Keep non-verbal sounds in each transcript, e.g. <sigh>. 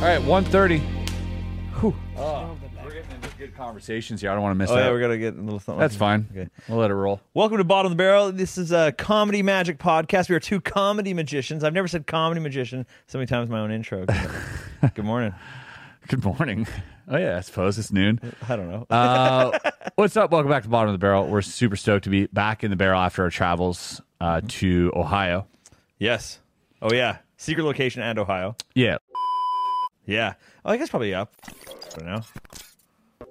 right, 1.30. Oh, We're getting into good conversations here. I don't want to miss Oh that. yeah, we're gonna get a little something. That's fine. Okay. We'll let it roll. Welcome to Bottom of the Barrel. This is a comedy magic podcast. We are two comedy magicians. I've never said comedy magician so many times in my own <laughs> intro. Good morning. Good morning. <laughs> Oh yeah, I suppose it's <laughs> noon. I don't know. Uh, What's up? Welcome back to Bottom of the Barrel. We're super stoked to be back in the barrel after our travels uh, to Ohio. yes. Oh yeah. Secret location and Ohio. Yeah. Yeah. Oh, I guess probably yeah. I don't know.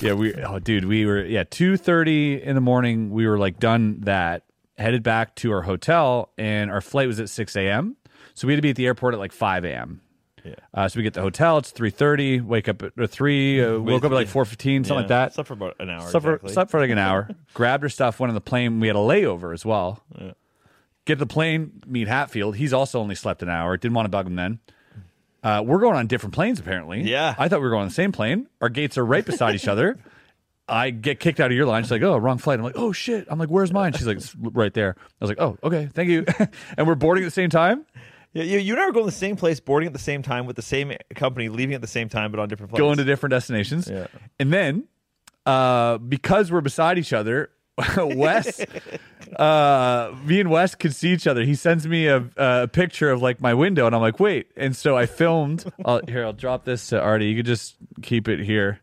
Yeah, we oh dude, we were yeah, two thirty in the morning, we were like done that, headed back to our hotel, and our flight was at six AM. So we had to be at the airport at like five AM. Yeah. Uh, so we get to the hotel. It's three thirty. Wake up at or three. Uh, woke up at like four fifteen, something Yeah. like that. Slept for about an hour. Slept for, exactly. slept for like an <laughs> hour. Grabbed her stuff. Went on the plane. We had a layover as well. Get to the plane. Meet Hatfield. He's also only slept an hour. Didn't want to bug him then. Uh, we're going on different planes apparently. Yeah. I thought we were going on the same plane. Our gates are right beside each <laughs> other. I get kicked out of your line. She's like, "Oh, wrong flight." I'm like, "Oh shit!" I'm like, "Where's mine?" She's like, "It's "Right there." I was like, "Oh, okay, thank you." <laughs> and we're boarding at the same time, Yeah, you, you never go in the same place, boarding at the same time with the same company, leaving at the same time, but on different planes. going to different destinations. Yeah. And then uh, because we're beside each other, <laughs> <laughs> Wes, uh, me and Wes could see each other. He sends me a, a picture of like my window, and I'm like, wait. And so I filmed. <laughs> I'll, here, I'll drop this to Artie. You could just keep it here.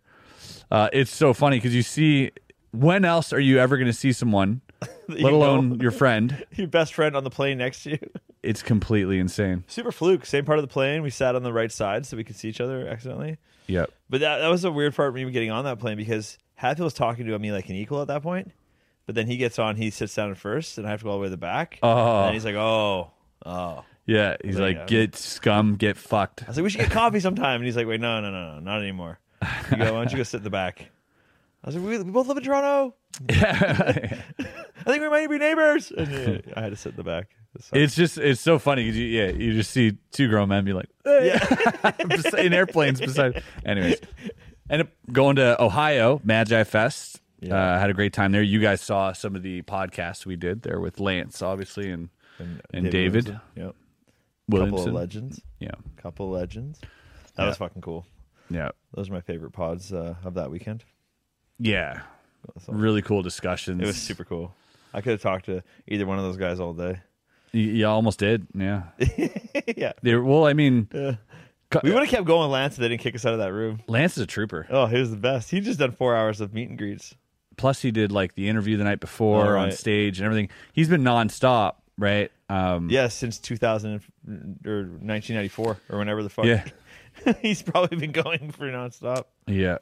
Uh, it's so funny because you see, when else are you ever going to see <laughs> someone, you let alone your friend? your best friend on the plane next to you. <laughs> It's completely insane. Super fluke, same part of the plane. We sat on the right side so we could see each other accidentally. Yep. But that, that was a weird part of me getting on that plane because Hatfield was talking to me like an equal at that point. But then he gets on, he sits down first, and I have to go all the way to the back. Oh. And he's like, oh, oh. Yeah. He's There you like, go. get scum, get fucked. I was like, we should get coffee sometime. And he's like, wait, no, no, no, no, not anymore. You go, why don't you go sit in the back? I was like, we, we both live in Toronto. <laughs> <laughs> I think we might be neighbors. And yeah, I had to sit in the back. So- It's just it's so funny 'cause you, yeah you just see two grown men be like <laughs> "Hey," yeah. <laughs> in airplanes beside anyways end up going to Ohio Magi Fest Yeah. uh, had a great time there you guys saw some of the podcasts we did there with Lance obviously and and, David, Williamson. Yep. Couple Williamson of legends. yeah Couple of legends. That was fucking cool. yeah Those are my favorite pods uh, of that weekend. yeah So- really cool discussions It was super cool. I could have talked to either one of those guys all day. <laughs> you, you almost did yeah yeah. they were, well I mean cu- We would have kept going, Lance, if they didn't kick us out of that room. Lance is a trooper Oh, he was the best. He just done four hours of meet and greets. plus he did like the interview the night before Oh, on right. stage and everything he's been nonstop right um Yeah, since 2000 and f- or 1994 or whenever the fuck. Yeah. <laughs> He's probably been going for nonstop. Yeah.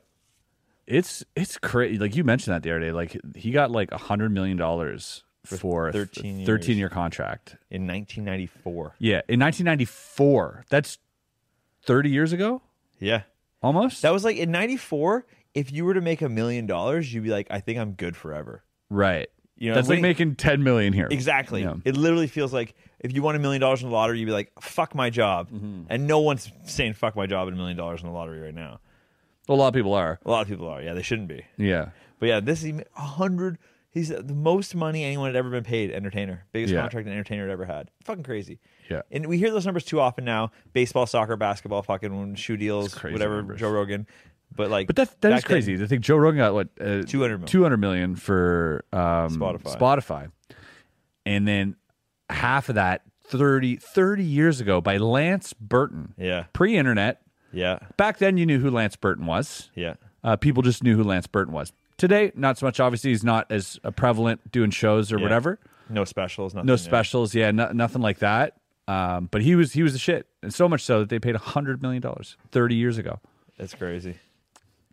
It's it's crazy. Like you mentioned that the other day. Like he got like a hundred million dollars for a 13 years. thirteen year contract. In 1994. Yeah, in nineteen ninety four. That's thirty years ago, Yeah. almost. That was like in 94, if you were to make a million dollars, you'd be like, I think I'm good forever. right. You know, That's like winning- making ten million here. Exactly. Yeah. It literally feels like if you won a million dollars in the lottery, you'd be like, fuck my job. Mm-hmm. And no one's saying fuck my job and a million dollars in the lottery right now. A lot of people are. A lot of people are. Yeah, they shouldn't be. Yeah. But yeah, this is a hundred. He's the most money anyone had ever been paid. Entertainer, biggest Yeah. contract an entertainer had ever had. Fucking crazy. Yeah. and we hear those numbers too often now: baseball, soccer, basketball, fucking shoe deals, crazy whatever. numbers. Joe Rogan, but like, But that that is back then- crazy. to think Joe Rogan got what uh, 200 million. 200 million for um, Spotify. Spotify, and then half of that 30, 30 years ago by Lance Burton. Yeah. Pre internet, yeah, back then you knew who Lance Burton was. yeah, Uh, people just knew who Lance Burton was. Today, not so much. Obviously, he's not as uh, prevalent doing shows or Yeah. whatever. no specials, nothing. No yeah. specials, yeah, no, nothing like that. Um, but he was he was the shit, and so much so that they paid hundred million dollars thirty years ago. It's crazy.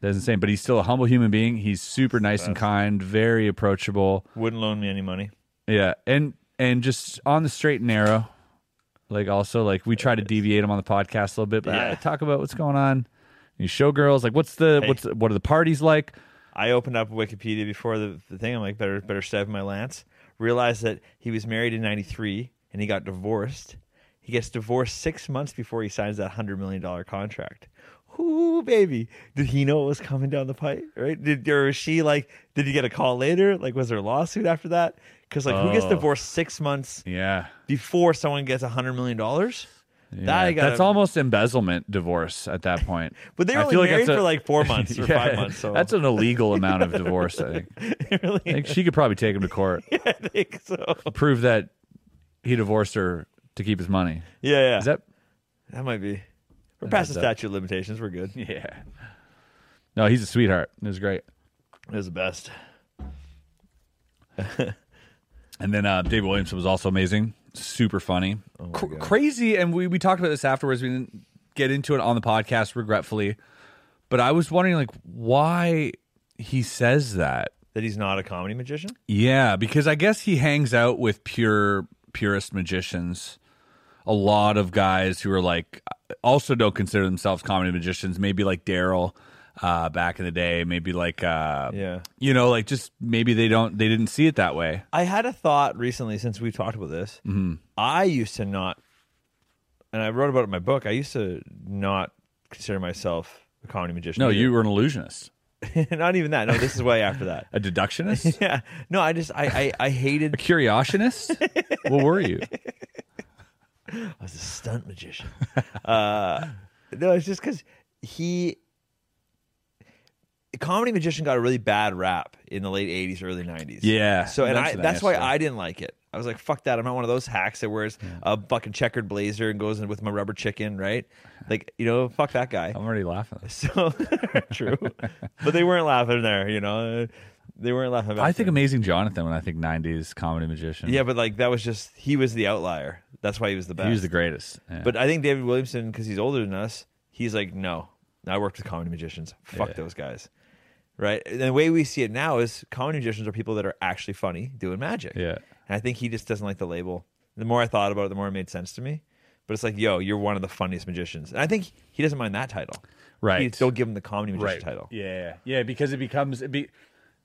That's insane. But he's still a humble human being. He's super nice and kind, very approachable. Wouldn't loan me any money. Yeah, and and just on the straight and narrow. Like also, like we try to deviate him on the podcast a little bit, but Yeah. ah, talk about what's going on. You showgirls, like what's the Hey. what's the, what are the parties like? I opened up Wikipedia before the, the thing. I'm like, better better stab my lance. Realized that he was married in '93 and he got divorced. He gets divorced six months before he signs that hundred million dollar contract. Ooh, baby! Did he know it was coming down the pipe? Right? Did or was she like? Did he get a call later? Like, was there a lawsuit after that? Because like, who gets Oh. divorced six months Yeah. before someone gets a hundred million dollars? Yeah, I gotta- that's almost embezzlement divorce at that point. But they were I only feel like married that's for a- <laughs> like four months or Yeah, five months. So <laughs> That's an illegal amount of divorce, I think. it really, <laughs> I think she could probably take him to court, I think so. prove that he divorced her to keep his money. Yeah, yeah. <laughs> Is that That might be. We're past the adds up. statute of limitations. We're good. Yeah. No, he's a sweetheart. It was great. It was the best. And then uh, David Williamson was also amazing, super funny, Oh Cr- crazy. And we we talked about this afterwards. We didn't get into it on the podcast, regretfully. But I was wondering, like, why he says that. That he's not a comedy magician. Yeah, because I guess he hangs out with pure purist magicians. A lot of guys who are like also don't consider themselves comedy magicians. Maybe like Daryl uh, back in the day. Maybe like uh, Yeah. you know, like just maybe they don't they didn't see it that way. I had a thought recently since we've talked about this. I used to not, and I wrote about it in my book. I used to not consider myself a comedy magician. No, either. you were an illusionist, <laughs> not even that. No, this is way after that. <laughs> a deductionist, Yeah. No, I just I I, I a hated. <laughs> curiosionist. what were you? I was a stunt <laughs> magician. Uh, no, it's just because he. Comedy magician got a really bad rap in the late '80s, early '90s. Yeah, So you and I mentioned that that's why yesterday. I didn't like it. I was like, fuck that. I'm not one of those hacks that wears a fucking checkered blazer and goes in with my rubber chicken, right? Like, you know, fuck that guy. I'm already laughing. <laughs> So <laughs> true. but they weren't laughing there, you know. They weren't laughing about I think Amazing Jonathan when I think '90s comedy magician. Yeah, but like that was just he was the outlier. That's why he was the best. he was the greatest. Yeah. But I think David Williamson, because he's older than us, he's like, no, I worked with comedy magicians. Fuck Yeah. those guys. Right? And the way we see it now is comedy magicians are people that are actually funny doing magic. Yeah. And I think he just doesn't like the label. The more I thought about it, the more it made sense to me. But it's like, yo, you're one of the funniest magicians. And I think he doesn't mind that title. He Right. don't give him the comedy magician title. Yeah, yeah, because it becomes it be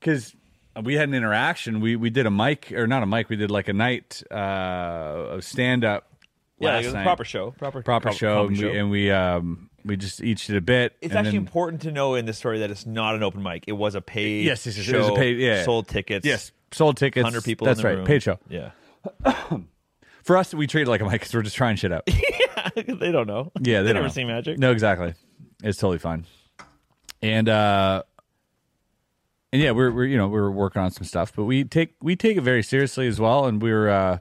because we had an interaction. We we did a mic or not a mic. We did like a night uh, of stand up. Yeah, it was a proper show. Proper, proper com- show, comedy and we, and we um we just each did a bit. It's and actually then- important to know in this story that it's not an open mic. It was a paid Yes, yes, yes, show. it was a paid- yeah. Sold tickets. yes, sold tickets. 100 people That's in the right, room. paid show. Yeah. <laughs> For us, we treat it like a mic because we're just trying shit out. they don't know. Yeah, they, they don't never know. seen magic. No, exactly. It's totally fine. And uh and yeah, we're we're you know, we we're working on some stuff, but we take we take it very seriously as well and we're uh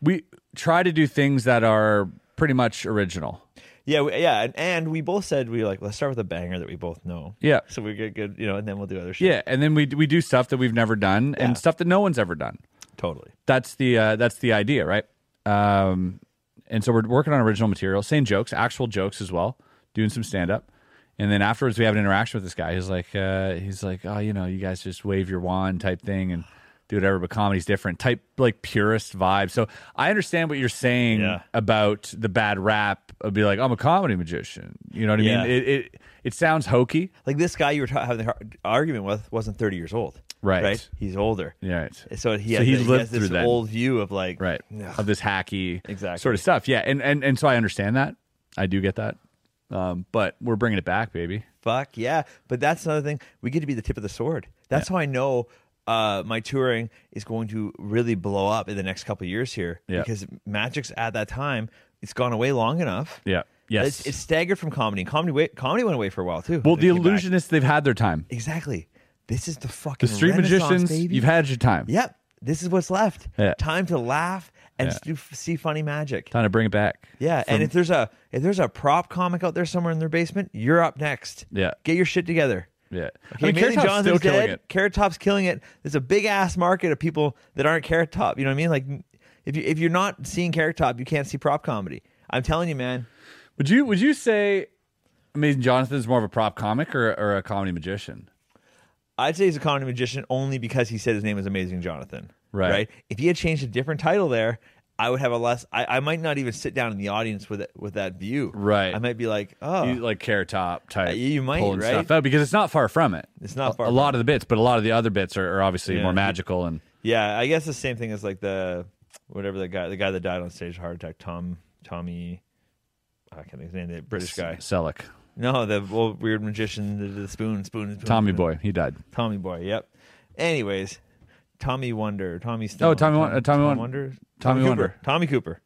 we try to do things that are pretty much original. Yeah, we, yeah, and, and we both said we were like let's start with a banger that we both know. Yeah. So we get good, you know, and then we'll do other shit. Yeah, and then we we do stuff that we've never done Yeah. and stuff that no one's ever done. totally. That's the uh that's the idea, right? Um and so we're working on original material, same jokes, actual jokes as well, doing some stand up. And then afterwards, we have an interaction with this guy. He's like, uh, he's like, oh, you know, you guys just wave your wand type thing and do whatever, but comedy's different type, like purist vibe. So I understand what you're saying Yeah. about the bad rap of be like, I'm a comedy magician. You know what I Yeah. mean? It, it it sounds hokey, Like this guy you were ta- having the har- argument with wasn't thirty years old, Right. Right, he's older. yeah. So he So has, he the- lived has this through that. old view of like right "Ugh, of this hacky Exactly. sort of stuff yeah and, and and so i understand that i do get that um, but we're bringing it back baby fuck yeah. But that's another thing. We get to be the tip of the sword. That's how I know uh, my touring is going to really blow up in the next couple of years here Yeah. because magic's at that time. It's gone away long enough. yeah yes It's, it's staggered from comedy. and Comedy wa- comedy went away for a while too. well They the came back. illusionists they've had their time Exactly. This is the fucking the street Renaissance, magicians Baby. you've had your time Yep. This is what's left. Yeah. Time to laugh and do, see funny magic. time to bring it back Yeah. and if there's a if there's a prop comic out there somewhere in their basement, you're up next. Yeah. Get your shit together. yeah Okay, Marilyn Top's Johnson's dead. Carrot Top's killing it. There's a big ass market of people that aren't Carrot Top. You know what I mean? Like, if you if you're not seeing Carrot Top, you can't see prop comedy. I'm telling you, man. would you would you say amazing jonathan's more of a prop comic or, or a comedy magician I'd say he's a comedy magician only because he said his name was Amazing Jonathan. Right. If he had changed a different title there, I would have a less. I, I might not even sit down in the audience with it, with that view. Right. I might be like, oh, You- like carrot top type Uh, you might, pulling right? stuff out because it's not far from it It's A- not far a, from lot of the bits but a lot of the other bits are, are obviously Yeah. more magical and yeah. I guess the same thing as like the whatever the guy, the guy that died on stage, of heart attack, Tom, Tommy. I can't think of his name. The British guy. Selleck. No, the old weird magician, the, the spoon, spoon, spoon. tommy spoon. boy he died Tommy boy. Yep. Anyways, Tommy Wonder, Tommy Stone. Oh, Tommy Won- uh, Tommy Won- Wonder, Tommy Cooper. Wonder. Tommy Cooper,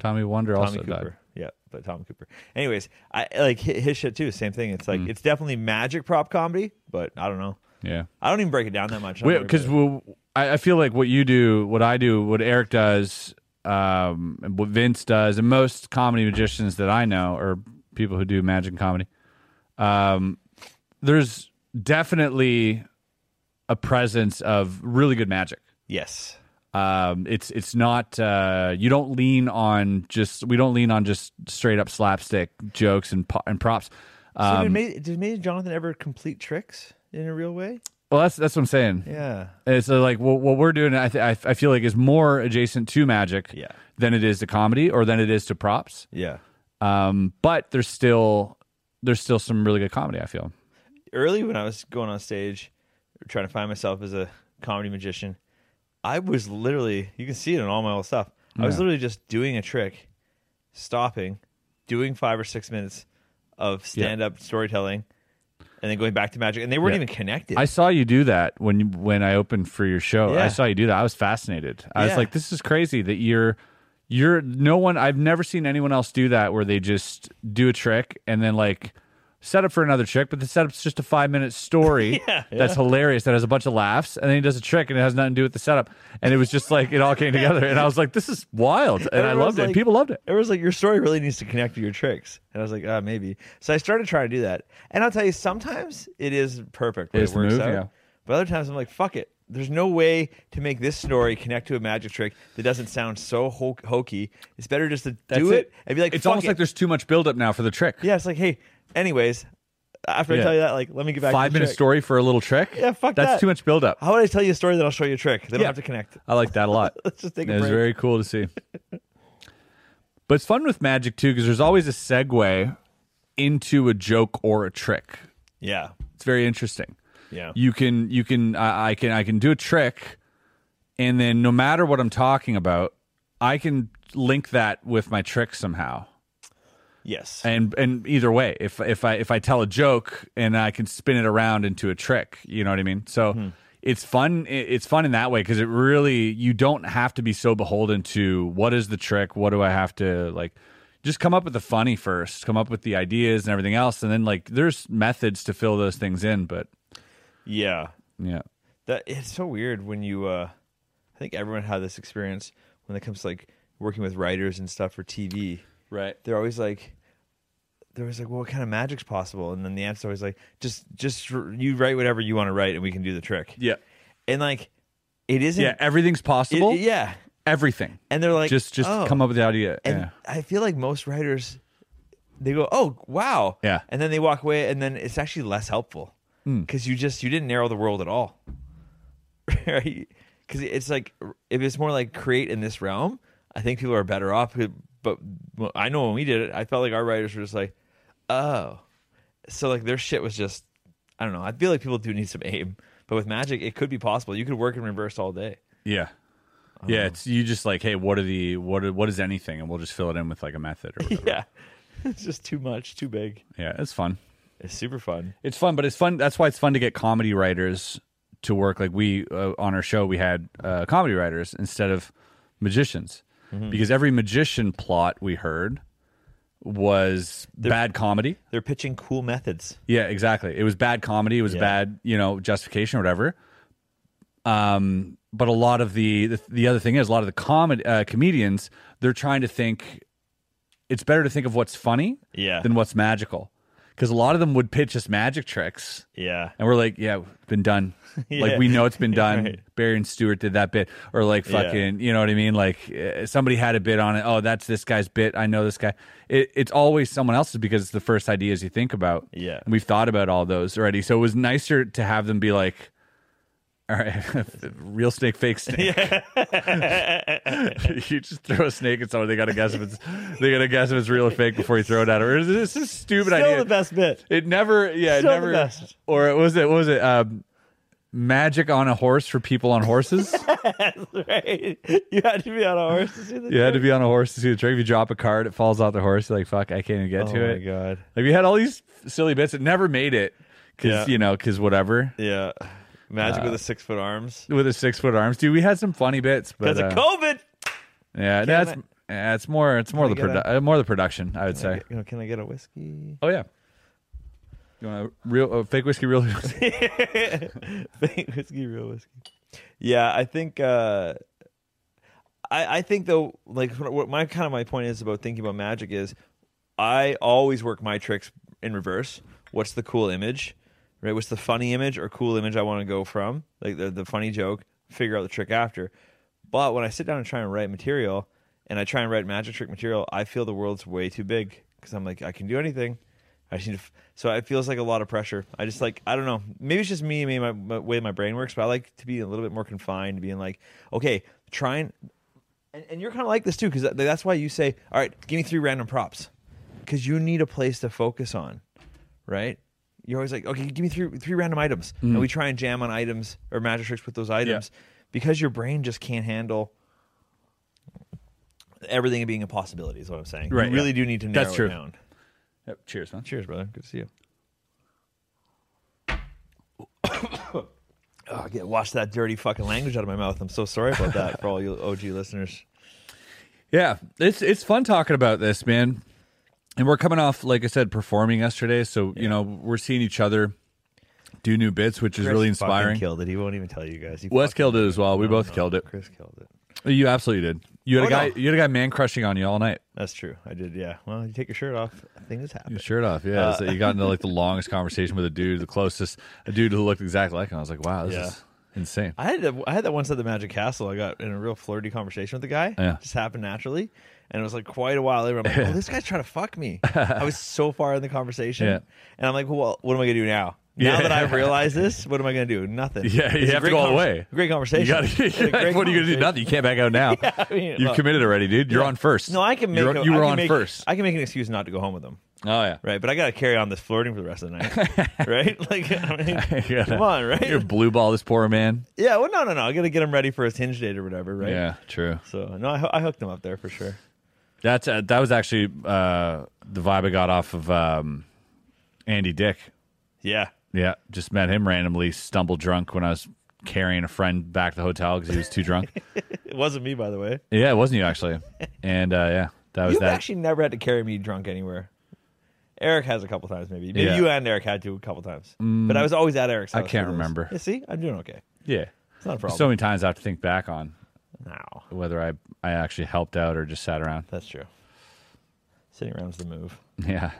Tommy Wonder also Tommy died. Cooper. Yeah, but Tommy Cooper. Anyways, I like hi- his shit too. Same thing. It's like Mm. it's definitely magic prop comedy, but I don't know. Yeah. I don't even break it down that much. Don't because worry about I, I feel like what you do, what I do, what Eric does, um, and what Vince does, and most comedy magicians that I know or people who do magic comedy, um, there's definitely a presence of really good magic. it. yes, Um, it's it's not uh, you don't lean on just we don't lean on just straight up slapstick jokes and po- and props. So Um, did, Maisie, did Maisie Jonathan ever complete tricks in a real way? well, that's that's what I'm saying. Yeah. And so like what, what we're doing, I, th- I I feel like is more adjacent to magic Yeah. than it is to comedy or than it is to props. Yeah. Um, but there's still there's still some really good comedy. I feel. Early when I was going on stage, trying to find myself as a comedy magician, I was literally, you can see it in all my old stuff. I was literally just doing a trick, stopping, doing five or six minutes of stand up storytelling, and then going back to magic. And they weren't Yeah. even connected. I saw you do that when you- when I opened for your show. Yeah. I saw you do that. I was fascinated. I Yeah. was like, this is crazy that you're you're no one. I've never seen anyone else do that where they just do a trick and then like set up for another trick, but the setup's just a five minute story <laughs> Yeah. that's hilarious that has a bunch of laughs, and then he does a trick and it has nothing to do with the setup, and it was just like it all <laughs> came together, and I was like, this is wild, and I Everyone's loved it. like- People loved it. Everyone's like, your story really needs to connect to your tricks. And I was like, ah, maybe. So I started trying to do that. And I'll tell you, sometimes it is perfect. when It's it the works move, out. yeah. But other times I'm like, fuck it. There's no way to make this story connect to a magic trick that doesn't sound so ho- hokey. It's better just to do it, and be like, it's fuck almost it. like there's too much buildup now for the trick. yeah, it's like, hey, anyways, after I Yeah. tell you that, like, let me get back Five to the minute trick. story for a little trick. Yeah, fuck That's that. too much buildup. How would I tell you a story that I'll show you a trick? They don't Yeah. have to connect. <laughs> I like that a lot. Let's just take a It was break. very cool to see. but it's fun with magic too because there's always a segue into a joke or a trick. Yeah. It's very interesting. Yeah. You can you can I, I can I can do a trick, and then no matter what I'm talking about, I can link that with my trick somehow. yes. And and either way, if if I if I tell a joke and I can spin it around into a trick, you know what I mean. So it's fun. i- It's fun in that way because it really you don't have to be so beholden to what is the trick. What do I have to like? Just come up with the funny first. Come up with the ideas and everything else, and then like there's methods to fill those things in. But yeah. yeah, That it's so weird when you uh I think everyone had this experience when it comes to like working with writers and stuff for TV. right. They're always like they're always like, Well what kind of magic's possible? And then the answer's always like, just just r- you write whatever you want to write and we can do the trick. Yeah, And like it isn't yeah. Everything's it- possible. yeah. Everything. And they're like just just oh. come up with the idea. And yeah. I feel like most writers they go, "Oh, wow." Yeah. Hmm. And then they walk away and then it's actually less helpful. Cuz you just you didn't narrow the world at all. <laughs> right? Cuz it's like if it's more like create in this realm, I think people are better off but well, I know when we did it, I felt like our writers were just like, "Oh." So like their shit was just I don't know. I feel like people do need some aim. But with magic, it could be possible. You could work in reverse all day. <laughs> Yeah. Yeah, it's you just like, hey, what are the what are, what is anything, and we'll just fill it in with like a method or <laughs> whatever. Yeah. <laughs> it's just too much, too big. yeah, it's fun. It's super fun. It's fun, but it's fun. That's why it's fun to get comedy writers to work. Like we uh, on our show, we had uh, comedy writers instead of magicians, because every magician plot we heard was bad comedy. They're pitching cool methods. Yeah, exactly. It was bad comedy. It was bad, you know, justification or whatever. Um, but a lot of the the, the other thing is a lot of the comedy uh, comedians they're trying to think. It's better to think of what's funny Yeah. than what's magical, because a lot of them would pitch us magic tricks, <laughs> Yeah. and we're like, yeah, it's been <laughs> done. Yeah. Like we know it's <laughs> been done. Right. Barry and Stewart did that bit, or like Yeah. fucking, you know what I mean? Like uh, somebody had a bit on it. Oh, that's this guy's bit. I know this guy. It, it's always someone else's because it's the first ideas you think about. Yeah. and we've thought about all those already. So it was nicer to have them be like, all right, <laughs> real snake, fake <laughs> snake. you just throw a snake at someone. They gotta guess if it's they gotta guess if it's real or fake before you throw it at them. Or is this a stupid Still idea? the best <laughs> bit. It never, yeah, Still it the never. best. Or it was it what was it um, magic on a horse for people on horses? <laughs> Right. You had to be on a horse to see the you had to be on a horse to see the trick. If you drop a card, it falls off the horse. You're like, fuck, I can't even get Oh to my it. god. Like we had all these silly bits. It never made it because Yeah. you know because whatever. Yeah. Magic with the six foot arms. with his six foot arms. Dude, we had some funny bits, but Because of uh, COVID. yeah, that's it. yeah, it's more it's more the we get produ- uh, more the production, I would Can I say. get- you know, can I get a <laughs> whiskey? Oh yeah, you want a real uh, fake whiskey, real <laughs> whiskey? Fake whiskey, real whiskey. Yeah, I think. Uh, I I think though, like what my kind of my point is about thinking about magic is, I always work my tricks in reverse. What's the cool image, right? What's the funny image or cool image I want to go from? Like the the funny joke. Figure out the trick after. But when I sit down and try and write material, and I try and write magic trick material, I feel the world's way too big because I'm like I can do anything. I just need to. F- so it feels like a lot of pressure. I just like I don't know. Maybe it's just me, maybe my, my way my brain works, but I like to be a little bit more confined, being like, okay, try and and, and you're kind of like this too, because that's why you say, all right, give me three random props, because you need a place to focus on, right? You're always like, okay, give me three three random items, and Mm. we try and jam on items or magic tricks with those items, because your brain just can't handle everything being a possibility. Is what I'm saying. Right, You yeah. really do need to narrow That's true. it down. Yep, cheers, man. Cheers, brother. Good to see you. <coughs> oh, I get wash that dirty fucking language out of my mouth. I'm so sorry about that for all you OG listeners. Yeah, it's it's fun talking about this, man. And we're coming off, like I said, performing yesterday, so you know we're seeing each other do new bits, which is really Chris fucking inspiring. Killed it. He won't even tell you guys. He Wes fucking- killed it as well. We No, both no, killed it. Chris killed it. You absolutely did. You had a Oh, guy. no. You had a guy man crushing on you all night. That's true. I did. Yeah. Well, you take your shirt off. Things happen. Your shirt off, yeah. so you got into <laughs> like the longest conversation with a dude, the closest a dude who looked exactly like him. I was like, wow, this Yeah. is insane. I had that, I had that once at the Magic Castle. I got in a real flirty conversation with the guy. Yeah. Just happened naturally. And it was like quite a while later. I'm like, oh, this guy's trying to <laughs> fuck me. I was so far in the conversation. Yeah. And I'm like, well, what am I going to do now? Yeah. Now that I've <laughs> realized this, what am I going to do? Nothing. Yeah, you It's a have to great go conver- away. Great You conversation. got. <laughs> It's a <laughs> great what are you gonna do? conversation. Nothing. You can't back out <laughs> now. I mean, You've look, committed already, dude. You're on first. No, I can make. You're- a- you I were can on make- first. I can make an excuse not to go home with them. Oh <laughs> yeah. Right, but I gotta carry on this flirting for the rest of <laughs> the night, right? Like, I mean, You gotta- come on, right? You're blue ball this poor man. yeah, well, no, no, no. I gotta get him ready for his hinge date or whatever, right? Yeah, true. So no, I, hoo- I hooked him up there for sure. That's uh, that was actually uh, the vibe I got off of um, Andy Dick. Yeah, Yeah, just met him randomly, stumbled drunk when I was carrying a friend back to the hotel because he was too drunk. <laughs> it wasn't me, by the way. yeah, it wasn't you actually. And uh, yeah, that was You've that. actually never had to carry me drunk anywhere. Eric has a couple times, maybe. Maybe Yeah. Mm. you and Eric had to a couple times, but I was always at Eric's. I house can't for those. remember. Yeah, see, I'm doing okay. yeah, It's not a There's problem. so many times I have to think back on no, whether I I actually helped out or just sat around. <laughs> that's true. Sitting around's the move. Yeah,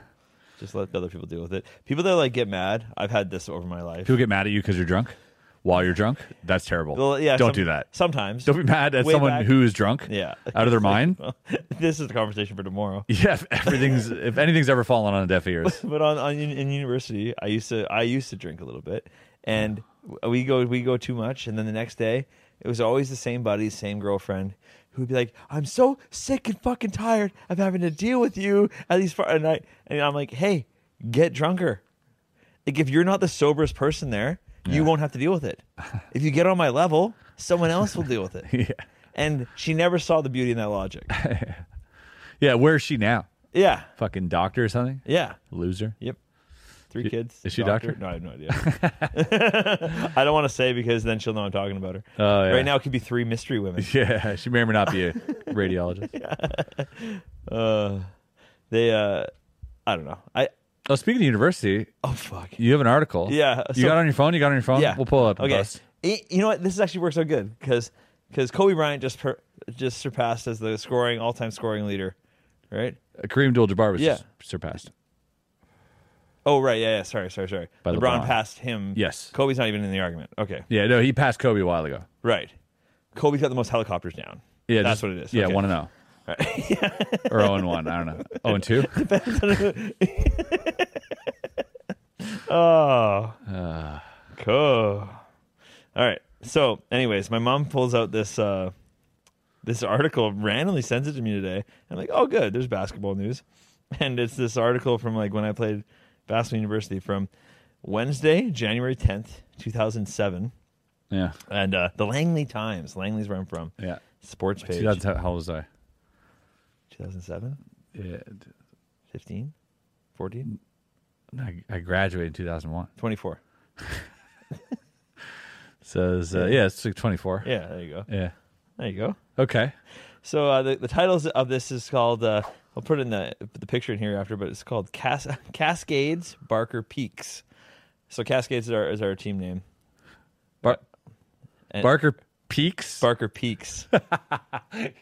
Just let the other people deal with it. People that like get mad, I've had this over my life. people get mad at you because you're drunk. While you're drunk, that's terrible. Well, yeah, don't some- do that. Sometimes. Don't be mad at Way someone back- who is drunk. yeah. out of their mind. <laughs> Well, this is the conversation for tomorrow. <laughs> Yeah, if everything's if anything's ever fallen on deaf ears. but on, on in in university, I used to I used to drink a little bit, and we go we go too much, and then the next day it was always the same buddy, same girlfriend who would be like, "I'm so sick and fucking tired of having to deal with you at these far," and I and I'm like, "Hey, get drunker. Like if you're not the soberest person there, you won't have to deal with it. If you get on my level, someone else will deal with it." Yeah. And she never saw the beauty in that logic. Yeah, where's she now? Yeah, Fucking doctor or something? yeah. Loser. <laughs> Yep. Three kids. is she a doctor? No, I have no idea. <laughs> I don't want to say because then she'll know I'm talking about her. Oh, yeah. Right now, it could be three mystery women. <laughs> Yeah, she may or may not <laughs> be a radiologist. Uh, they, uh, I don't know. I Oh, speaking of university, oh fuck. you have an article. Yeah, you so- got it on your phone. You got it on your phone. Yeah, we'll pull it up. and Okay, post. Y- you know what? This actually works out good because because Kobe Bryant just per, just surpassed as the scoring all time scoring leader, right? Uh, Kareem Abdul-Jabbar was Yeah. just surpassed. Oh right, yeah, yeah. Sorry, sorry, sorry. By LeBron, LeBron. passed him. Yes. Kobe's not even in the argument. Okay, Yeah, no, he passed Kobe a while ago. right. Kobe's got the most helicopters down. Yeah, that's just- what it is. Yeah, Okay. one and zero. <laughs> or zero and one. I don't know. Zero and two. <laughs> Oh. Cool. All right. So, anyways, my mom pulls out this uh, this article, randomly sends it to me today. I'm like, oh, good. There's basketball news, and it's this article from like when I played basketball university from Wednesday, January 10th, 2007, Yeah, and uh, the Langley Times. Langley's where I'm from. yeah. Sports page. 2000 How old was I? 2007, Yeah, 15, 14, I, I graduated in two thousand one. 24. Says, uh, yeah, it's like 24. Yeah, there you go. Yeah. There you go. Okay. So uh, the the titles of this is called. Uh, I'll put in the the picture in here after, but it's called Cas- <laughs> Cascades Barker Peaks. So Cascades is our, is our team name. Bar- And- Barker Peaks. Barker Peaks. and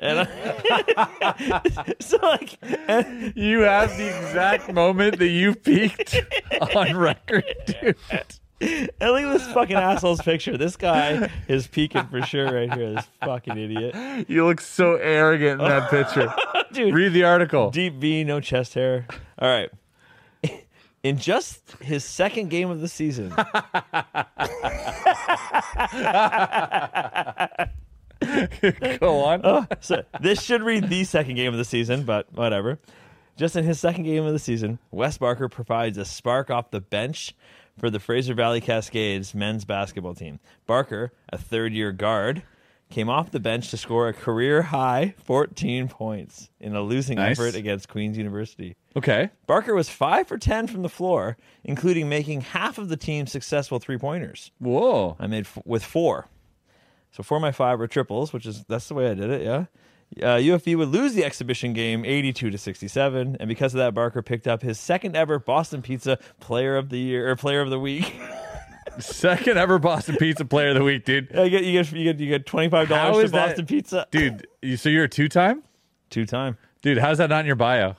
I- <laughs> so like, and- you have the exact moment that you peaked on record, dude. and look at this fucking asshole's picture. This guy is peeking for sure right here. This fucking idiot, You look so arrogant in that picture. dude. Read the article. Deep V, no chest hair. All right. In just his second game of the season. Go on. Oh, so this should read the second game of the season, but whatever. Just in his second game of the season, Wes Barker provides a spark off the bench for the Fraser Valley Cascades men's basketball team. Barker, a third year guard, came off the bench to score a career high 14 points in a losing Nice. effort against Queen's University. Okay. Barker was 5 for 10 from the floor, including making half of the team's successful three pointers. Whoa. I made f- with four. So four of my five were triples, which is that's the way I did it. Yeah. Uh, UFB would lose the exhibition game 82 to 67, and because of that, Barker picked up his second ever Boston Pizza Player of the Year or Player of the Week. <laughs> Second ever Boston Pizza Player of the Week, dude. you get you get you get you get twenty five How dollars to is that- Boston Pizza, Dude, you, so you're a two time? Two time. Dude, how's that not in your bio?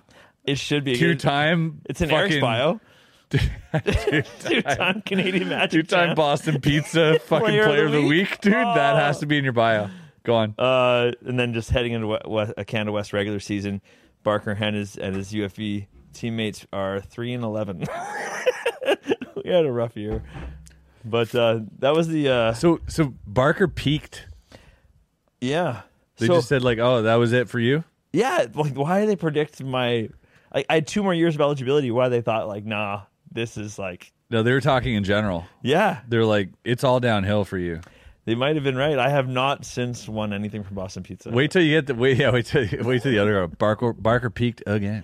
It should be Two time. It's in Eric's <laughs> bio. Two time Canadian Magic. Two time champ. Boston Pizza fucking player, of the week, dude. That Oh. has to be in your bio. Go on. Uh, and then just heading into we- we- a Canada West regular season, Barker and his and his UFE teammates are three and eleven. <laughs> we had a rough year, but uh, that was the uh, So so Barker peaked. yeah. They so just said like, oh, that was it for you. yeah, like why do they predict my? I, I had two more years of eligibility. Why they thought like nah, this is like No, they were talking in general. yeah, They're like, it's all downhill for you. they might have been right. I have not since won anything from Boston Pizza. Wait till you get the wait. <laughs> Yeah, wait till wait till the other Barker Barker peaked <laughs> again.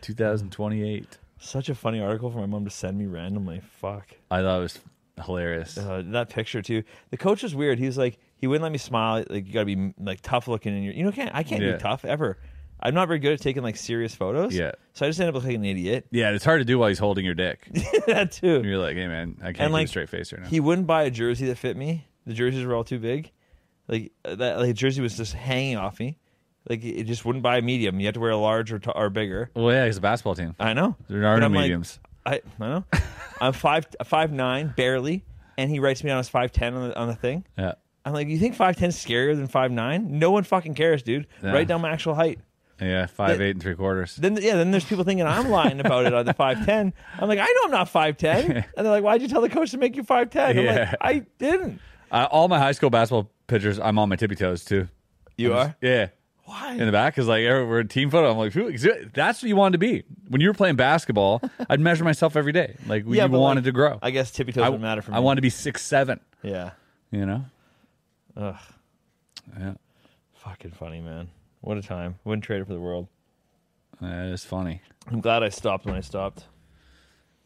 2028. such a funny article for my mom to send me randomly. Fuck. I thought it was hilarious. Uh, that picture too. The coach was weird. He was like, he wouldn't let me smile. Like you got to be mm, like tough looking, and you you know can't I can't Yeah. be tough ever. I'm not very good at taking like serious photos. Yeah. So I just end up looking like an idiot. <laughs> Yeah, and it's hard to do while he's holding your dick. that too. You're like, hey man, I can't And, keep like, a straight face right now. He wouldn't buy a jersey that fit me. The jerseys were all too big. Like uh, that, like jersey was just hanging off me. Like it it just wouldn't buy a medium. You had to wear a large or, t- or bigger. well, yeah, he's a basketball team. I know. There are But no I'm like, mediums. I, I know. I'm five five nine barely, and he writes me down as five ten on the on the thing. yeah. I'm like, you think five ten is scarier than five nine? No one fucking cares, dude. Yeah. Write down my actual height. Yeah, five, eight, and three quarters. Then yeah, then there's people thinking I'm lying about it on the five ten. I'm like, I know I'm not <laughs> five ten. And they're like, Why'd you tell the coach to make you five ten? I'm Yeah. like, I didn't. Uh, all my high school basketball pictures, I'm on my tippy toes too. You are? Yeah. Why? In the back is like every- we're a team photo. I'm like, who- that's what you wanted to be when you were playing <laughs> basketball. I'd measure myself every day. Like you but, wanted like, to grow. I guess tippy toes I- doesn't matter for me. I wanted to be six seven. Yeah. You know. Ugh. Yeah. Fucking funny, man. What a time. Wouldn't trade it for the world. That is funny. I'm glad I stopped when I stopped.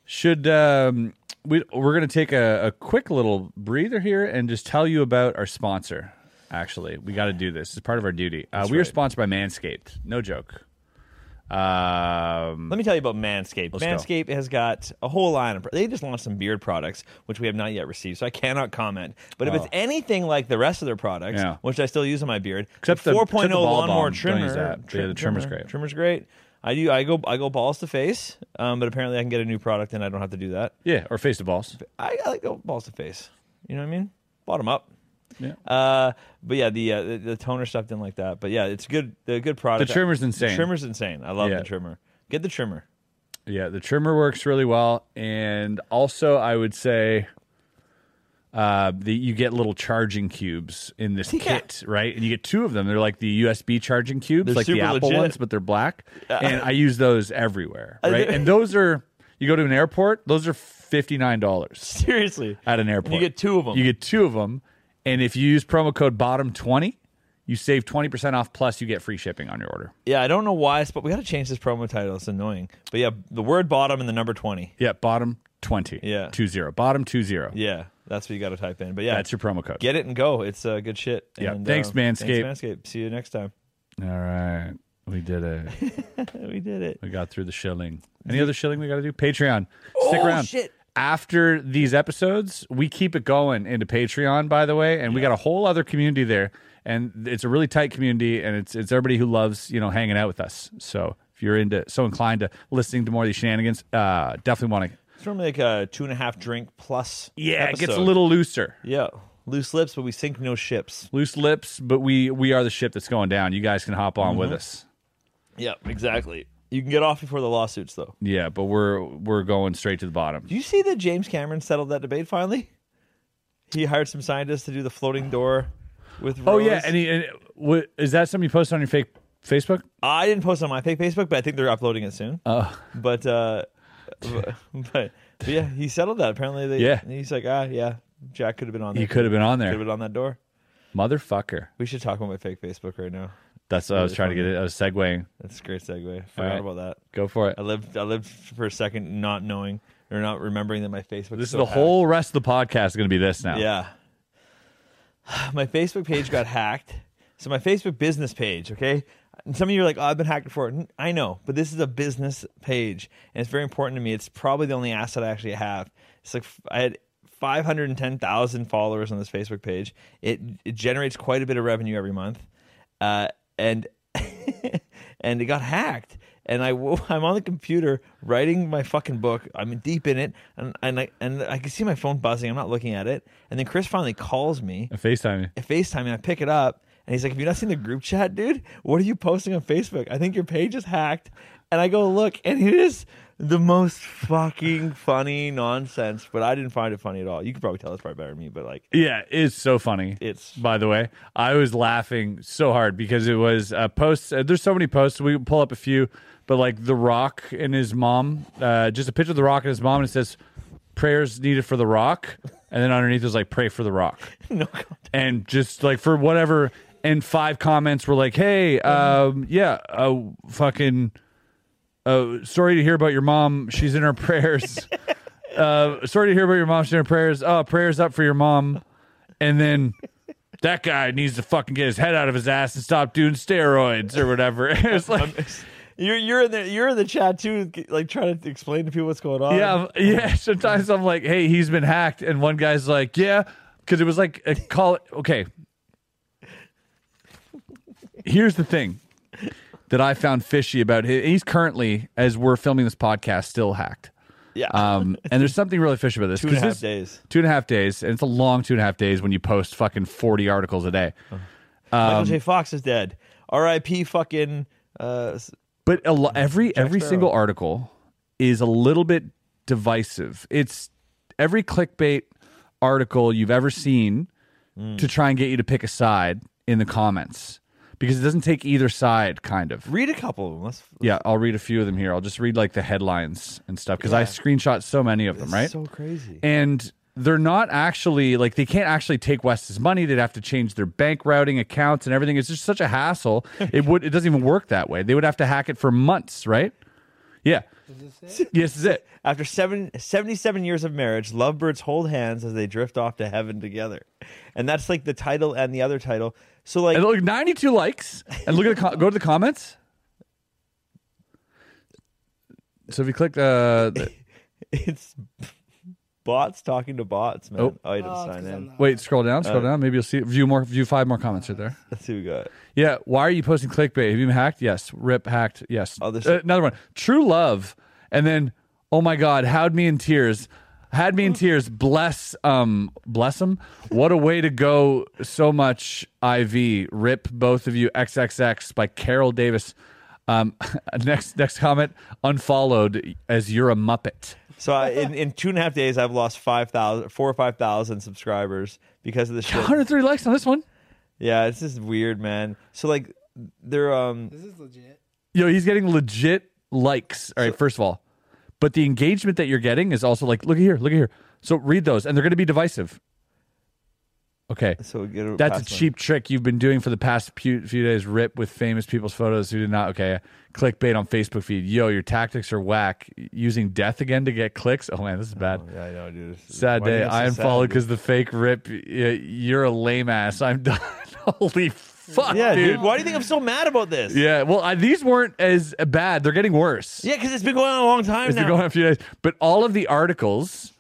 Should um, we? We're gonna take a, a quick little breather here and just tell you about our sponsor. Actually, we got to do this. It's part of our duty. Uh, we are right. sponsored by Manscaped. No joke. Um, Let me tell you about Manscaped. go. Manscaped has got a whole line of. They just launched some beard products, which we have not yet received, so I cannot comment. But if it's Oh. anything like the rest of their products, Yeah. which I still use on my beard, Except the the- 4.0 except the ball lawnmower bomb. trimmer, Don't use that. trim- Yeah, the trimmer's great. Trimmer's great. I do. I go. I go balls to face, um, but apparently I can get a new product and I don't have to do that. yeah, or face the balls. I, I like go balls to face. You know what I mean? Bottom up. Yeah. Uh, but yeah, the, uh, the the toner stuff didn't like that. But yeah, it's good. The good product. The trimmer's insane. trimmer's insane. I love Yeah. the trimmer. Get the trimmer. <laughs> Yeah, the trimmer works really well, and also I would say uh, that you get little charging cubes in this kit, right? And you get two of them. They're like the USB charging cubes, They're like the super Apple legit. ones, but they're black. and I use those everywhere, right? do- and those are you go to an airport; those are fifty nine dollars Seriously. at an airport. you get two of them. You get two of them, and if you use promo code bottom twenty, you save twenty percent off. Plus, you get free shipping on your order. Yeah, I don't know why, but we got to change this promo title. It's annoying. But yeah, the word bottom and the number 20. Yeah, bottom 20. Yeah. Two zero. Bottom two zero. Yeah, that's what you got to type in. But yeah, That's your promo code. get it and go. It's uh, good shit. Yeah. And, Thanks, uh, Manscaped. Thanks, Manscaped. See you next time. All right. We did it. we did it. We got through the <laughs> shilling. Any other shilling we got to do? Patreon. Stick Oh, around. shit. After these episodes, we keep it going into Patreon, by the way, and we got a whole other community there, and it's a really tight community, and it's it's everybody who loves you know hanging out with us. So if you're into so inclined to listening to more of these shenanigans, uh, definitely want to. It's normally like a two and a half drink plus. Yeah, it gets a episode. little looser, Yeah, loose lips, but we sink no ships. loose lips, but we we are the ship that's going down. You guys can hop on with us. Yeah, exactly. You can get off before the lawsuits, though. Yeah, but we're we're going straight to the bottom. Do you see that James Cameron settled that debate finally? He hired some scientists to do the floating door with. Oh rows. yeah, and, he, and what, is that something you posted on your fake Facebook? I didn't post it on my fake Facebook, but I think they're uploading it soon. Uh, but uh <laughs> but, but yeah, he settled that. Apparently, they, Yeah. and He's like, ah, yeah, Jack could have been on. There. You could have been on Could have there, been on that door. motherfucker. We should talk about my fake Facebook right now. That's what I was Really trying to get. It. I was segueing. That's a great segue. Forgot right. about that. Go for it. I lived. I lived for a second not knowing or not remembering that my Facebook. This is so the hacked. whole rest of the podcast is going to be this now. Yeah. <laughs> My Facebook page got hacked. So my Facebook business page, okay? And some of you are like, oh, I've been hacked before. N- I know, but this is a business page, and it's very important to me. It's probably the only asset I actually have. It's like f- I had 510,000 followers on this Facebook page. It, it generates quite a bit of revenue every month, uh, and <laughs> and it got hacked. And I, wo- <laughs> I'm on the computer writing my fucking book. I'm deep in it, and and I, and I can see my phone buzzing. I'm not looking at it. And then Chris finally calls me, I FaceTime you. I FaceTime, and I pick it up. And he's like, "Have you not seen the group chat, dude? What are you posting on Facebook? I think your page is hacked." And I go look, and it is the most fucking funny nonsense. But I didn't find it funny at all. You could probably tell it's probably better than me, but like, Yeah, it's so funny. It's- <laughs> by the way, I was laughing so hard because it was uh, posts. Uh, there's so many posts. We can pull up a few, but like The Rock and his mom, uh, just a picture of The Rock and his mom, and it says prayers needed for The Rock, and then underneath is like pray for The Rock, no context. and just like for whatever. And five comments were like, "Hey, um, yeah, uh, fucking, uh, sorry to hear about your mom. She's in her <laughs> prayers." uh, sorry to hear about your mom's doing prayers. Oh, prayers up for your mom. And then that guy needs to fucking get his head out of his ass and stop doing steroids or whatever. <laughs> it's like, You're you're in the you're in the chat too, like trying to explain to people what's going on. yeah, um, I'm- yeah. <laughs> Sometimes I'm like, hey, he's been hacked, and one guy's like, yeah, because it was like a call. Okay, here's the thing that I found fishy about him. He's currently, as we're filming this podcast, still hacked. yeah. Um, and there's something really fishy about this. Two and a 'cause half this- days. Two and a half days, and it's a long two and a half days when you post fucking forty articles a day. um, Michael J. Fox is dead. R.I.P. Fucking. Uh, s- But a lo- every every Sparrow. single article is a little bit divisive. It's every clickbait article you've ever seen Mm. to try and get you to pick a side in the comments because it doesn't take either side. Kind of. read a couple of them. Let's, Yeah, I'll read a few of them here. I'll just read like the headlines and stuff because I Yeah. screenshot so many of them. It's Right. So crazy. and they're not actually like they can't actually take West's money. They'd have to change their bank routing accounts and everything. It's just such a hassle. It would it doesn't even work that way. They would have to hack it for months, right? Yeah. Yes, is it. After seven, 77 years of marriage, lovebirds hold hands as they drift off to heaven together, and that's like the title and the other title. So like, And look, ninety-two likes. And look at the co- go to the comments. So if you click uh, the <laughs> it's bots talking to bots, man. Oh. Oh, you didn't Oh, it's sign 'cause I'm in. not- wait, scroll down, scroll down. Maybe you'll see view more, view five more comments right there. Let's see what we got. Yeah. Why are you posting clickbait? Have you been hacked? Yes. Rip hacked. Yes. Oh, this- Uh, another one. True love. And then, oh my God, how'd me in tears. Had me in Mm. tears. Bless, um, bless him. What a way to go. So much IV. Rip both of you. XXX by Carol Davis. Um, <laughs> next, next comment. Unfollowed as you're a muppet. So I, in, in two and a half days, I've lost five thousand, four or five thousand subscribers because of the shit. 103 likes on this one. Yeah, it's just weird, man. So like, they're um, This is legit. Yo, he's getting legit likes. All right, first of all, but the engagement that you're getting is also like, look at here, look at here. So read those, and they're going to be divisive. Okay. So get it That's a past my- cheap trick you've been doing for the past few, few days. Rip with famous people's photos who did not. Okay, clickbait on Facebook feed. Yo, your tactics are whack. Using death again to get clicks. Oh man, this is bad. Yeah, I know, dude. This is- Sad why do you day. have I so sad, unfollowed dude? because the fake rip. y- You're a lame ass. I'm done. <laughs> Holy fuck, Yeah, dude. dude. Why do you think I'm so mad about this? Yeah. Well, I, these weren't as bad. They're getting worse. Yeah, because it's been going on a long time It's now. been going on a few days. But all of the articles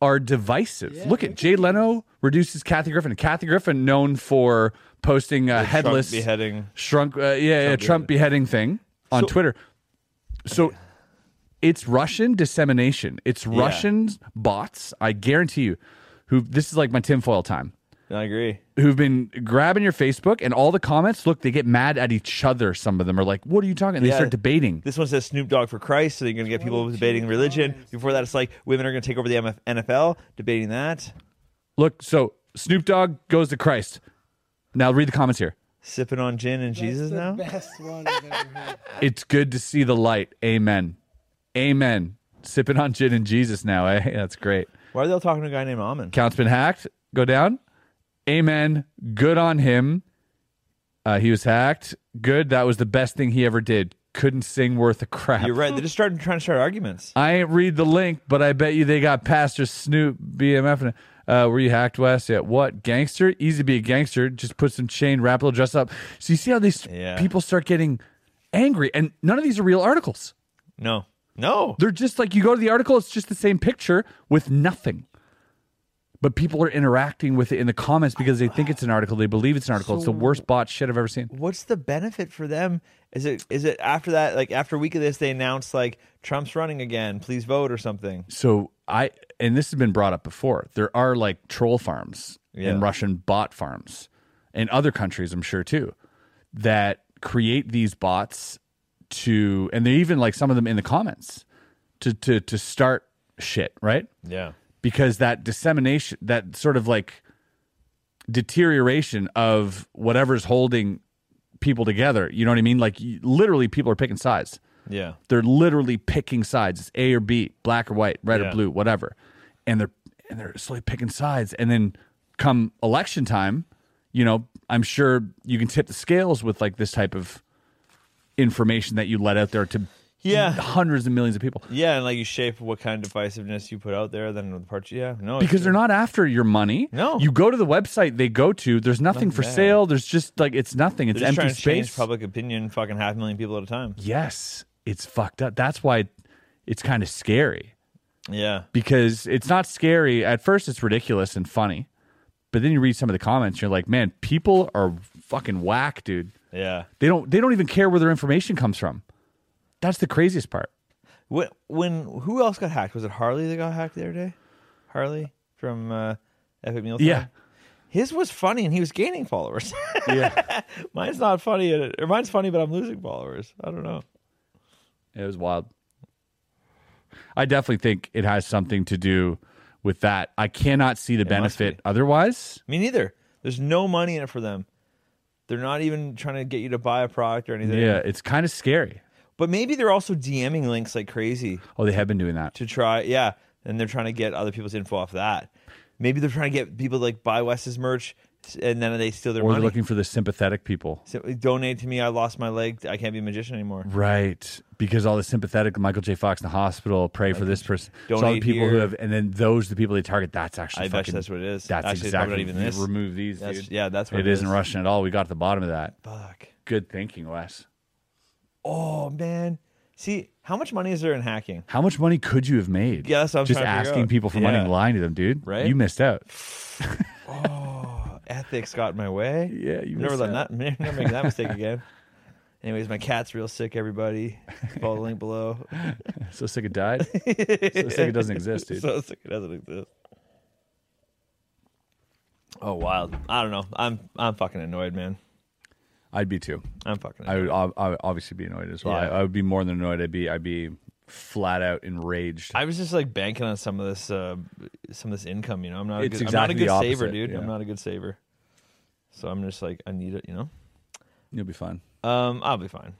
are divisive. Look at Jay Leno reduces Kathy Griffin. Kathy Griffin, known for posting a Trump headless beheading. shrunk, uh, yeah, yeah, Trump beheading thing on Twitter. So it's Russian dissemination. It's Russian bots. I guarantee you. Who this is like my tinfoil time I agree. who've been grabbing your Facebook and all the comments. Look, they get mad at each other. Some of them are like, "What are you talking?" And they Yeah. start debating. This one says Snoop Dogg for Christ, so you're going to get people debating religion. Before that, it's like women are going to take over the MF- NFL, debating that. Look, so Snoop Dogg goes to Christ. Now read the comments here. Sipping on gin and Jesus the now? best one I've ever <laughs> heard. It's good to see the light. Amen. Amen. Sipping on gin and Jesus now, eh? <laughs> That's great. Why are they all talking to a guy named <laughs> Amon? Account's been hacked. Go down. Amen. Good on him. Uh, he was hacked. Good. That was the best thing he ever did. Couldn't sing worth a crap. You're right. They're just starting trying to start arguments. I ain't read the link, but I bet you they got Pastor Snoop BMF. And, uh, were you hacked, West? Yeah. What gangster? Easy to be a gangster. Just put some chain, wrap a little, dress up. So you see how these Yeah. people start getting angry, and none of these are real articles. No. No. They're just like you go to the article; it's just the same picture with nothing. But people are interacting with it in the comments because they think it's an article. They believe it's an article. it's the worst bot shit I've ever seen. What's the benefit for them? Is it is it after that, like after a week of this, they announce like Trump's running again, please vote or something? so I and this has been brought up before. There are like troll farms Yeah. and Russian bot farms in other countries, I'm sure too, that create these bots to and they're even like some of them in the comments to to to start shit, right? Yeah. Because that dissemination that sort of like deterioration of whatever's holding people together, you know what I mean? Like you- literally people are picking sides Yeah. they're literally picking sides. It's A or B, black or white, red Yeah. or blue, whatever. And they're and they're slowly picking sides. And then come election time, you know, I'm sure you can tip the scales with like this type of information that you let out there to Yeah. hundreds of millions of people. Yeah, and like you shape what kind of divisiveness you put out there, then the parts. Yeah, no, Because they're not after your money. No. You go to the website they go to, there's nothing for there. sale. There's just like it's nothing. It's they're just empty trying to space. change public opinion, fucking half a million people at a time. yes. It's fucked up. That's why it's kind of scary. Yeah, because it's not scary. At first, it's ridiculous and funny, but then you read some of the comments, you're like, man, people are fucking whack, dude. yeah. They don't they don't even care where their information comes from. That's the craziest part. When, when who else got hacked? Was it Harley that got hacked the other day? Harley from uh, Epic Meal. Time? Yeah. his was funny, and he was gaining followers. Yeah. <laughs> mine's not funny, and- or mine's funny, but I'm losing followers. I don't know. It was wild. I definitely think it has something to do with that. I cannot see the must benefit otherwise. Me neither. There's no money in it for them. They're not even trying to get you to buy a product or anything. Yeah, it's kind of scary. But maybe they're also DMing links like crazy. Oh, they have been doing that. to try yeah and they're trying to get other people's info off that maybe they're trying to get people to like buy wes's merch and then they steal their Or they're money looking for the sympathetic people. So, donate to me i lost my leg i can't be a magician Mm, anymore Right. Because all the sympathetic Michael J. Fox in the hospital pray for this person. It's all the donate people who here. have, and then those are the people they target. That's actually. I bet you fucking, that's what it is. That's Actually, it's exactly. probably not even you this. Remove these, That's- dude. yeah, that's what it it isn't is. Russian at all. We got to the bottom of that. fuck Good thinking, Wes. oh man see how much money is there <laughs> in hacking How much money could you have made? Yeah, that's what I'm just trying to figure asking out. people for money Yeah. and lying to them, dude. Right? You missed out. Oh, ethics got in my way Yeah, you never missed let that <laughs> never make <laughs> that mistake again anyways my cat's real sick everybody follow the link below So sick it <laughs> died. so sick it doesn't exist, dude. so sick it doesn't exist oh wild i don't know i'm i'm fucking annoyed man I'd be too. i'm fucking annoyed. I would, ob- I would obviously be annoyed as well. Yeah. I, I would be more than annoyed. I'd be I'd be flat out enraged. I was just like banking on some of this, uh, some of this income. You know, I'm not. A It's good, exactly I'm the not a good opposite, saver, dude. yeah. I'm not a good saver. So I'm just like, I need it. You know, You'll be fine. um, I'll be fine.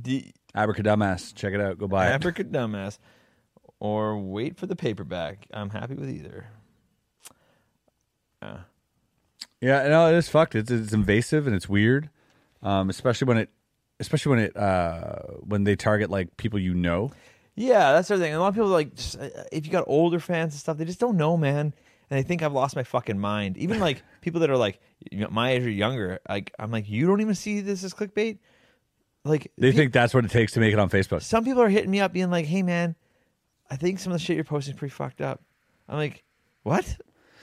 D- Abracadabras. Check it out. Go buy it. Africa dumbass, or wait for the paperback. I'm happy with either. Yeah, no, it is fucked. It's it's invasive and it's weird, um, especially when it, especially when it, uh, when they target like people you know. Yeah, that's the other thing. A lot of people like just, uh, if you got older fans and stuff, they just don't know, man, and they think I've lost my fucking mind. <laughs> Even like people that are like you know, my age or younger, like I'm like, you don't even see this as clickbait. Like They pe- think that's what it takes to make it on Facebook. some people are hitting me up being like, "Hey, man, I think some of the shit you're posting is pretty fucked up." I'm like, "What?"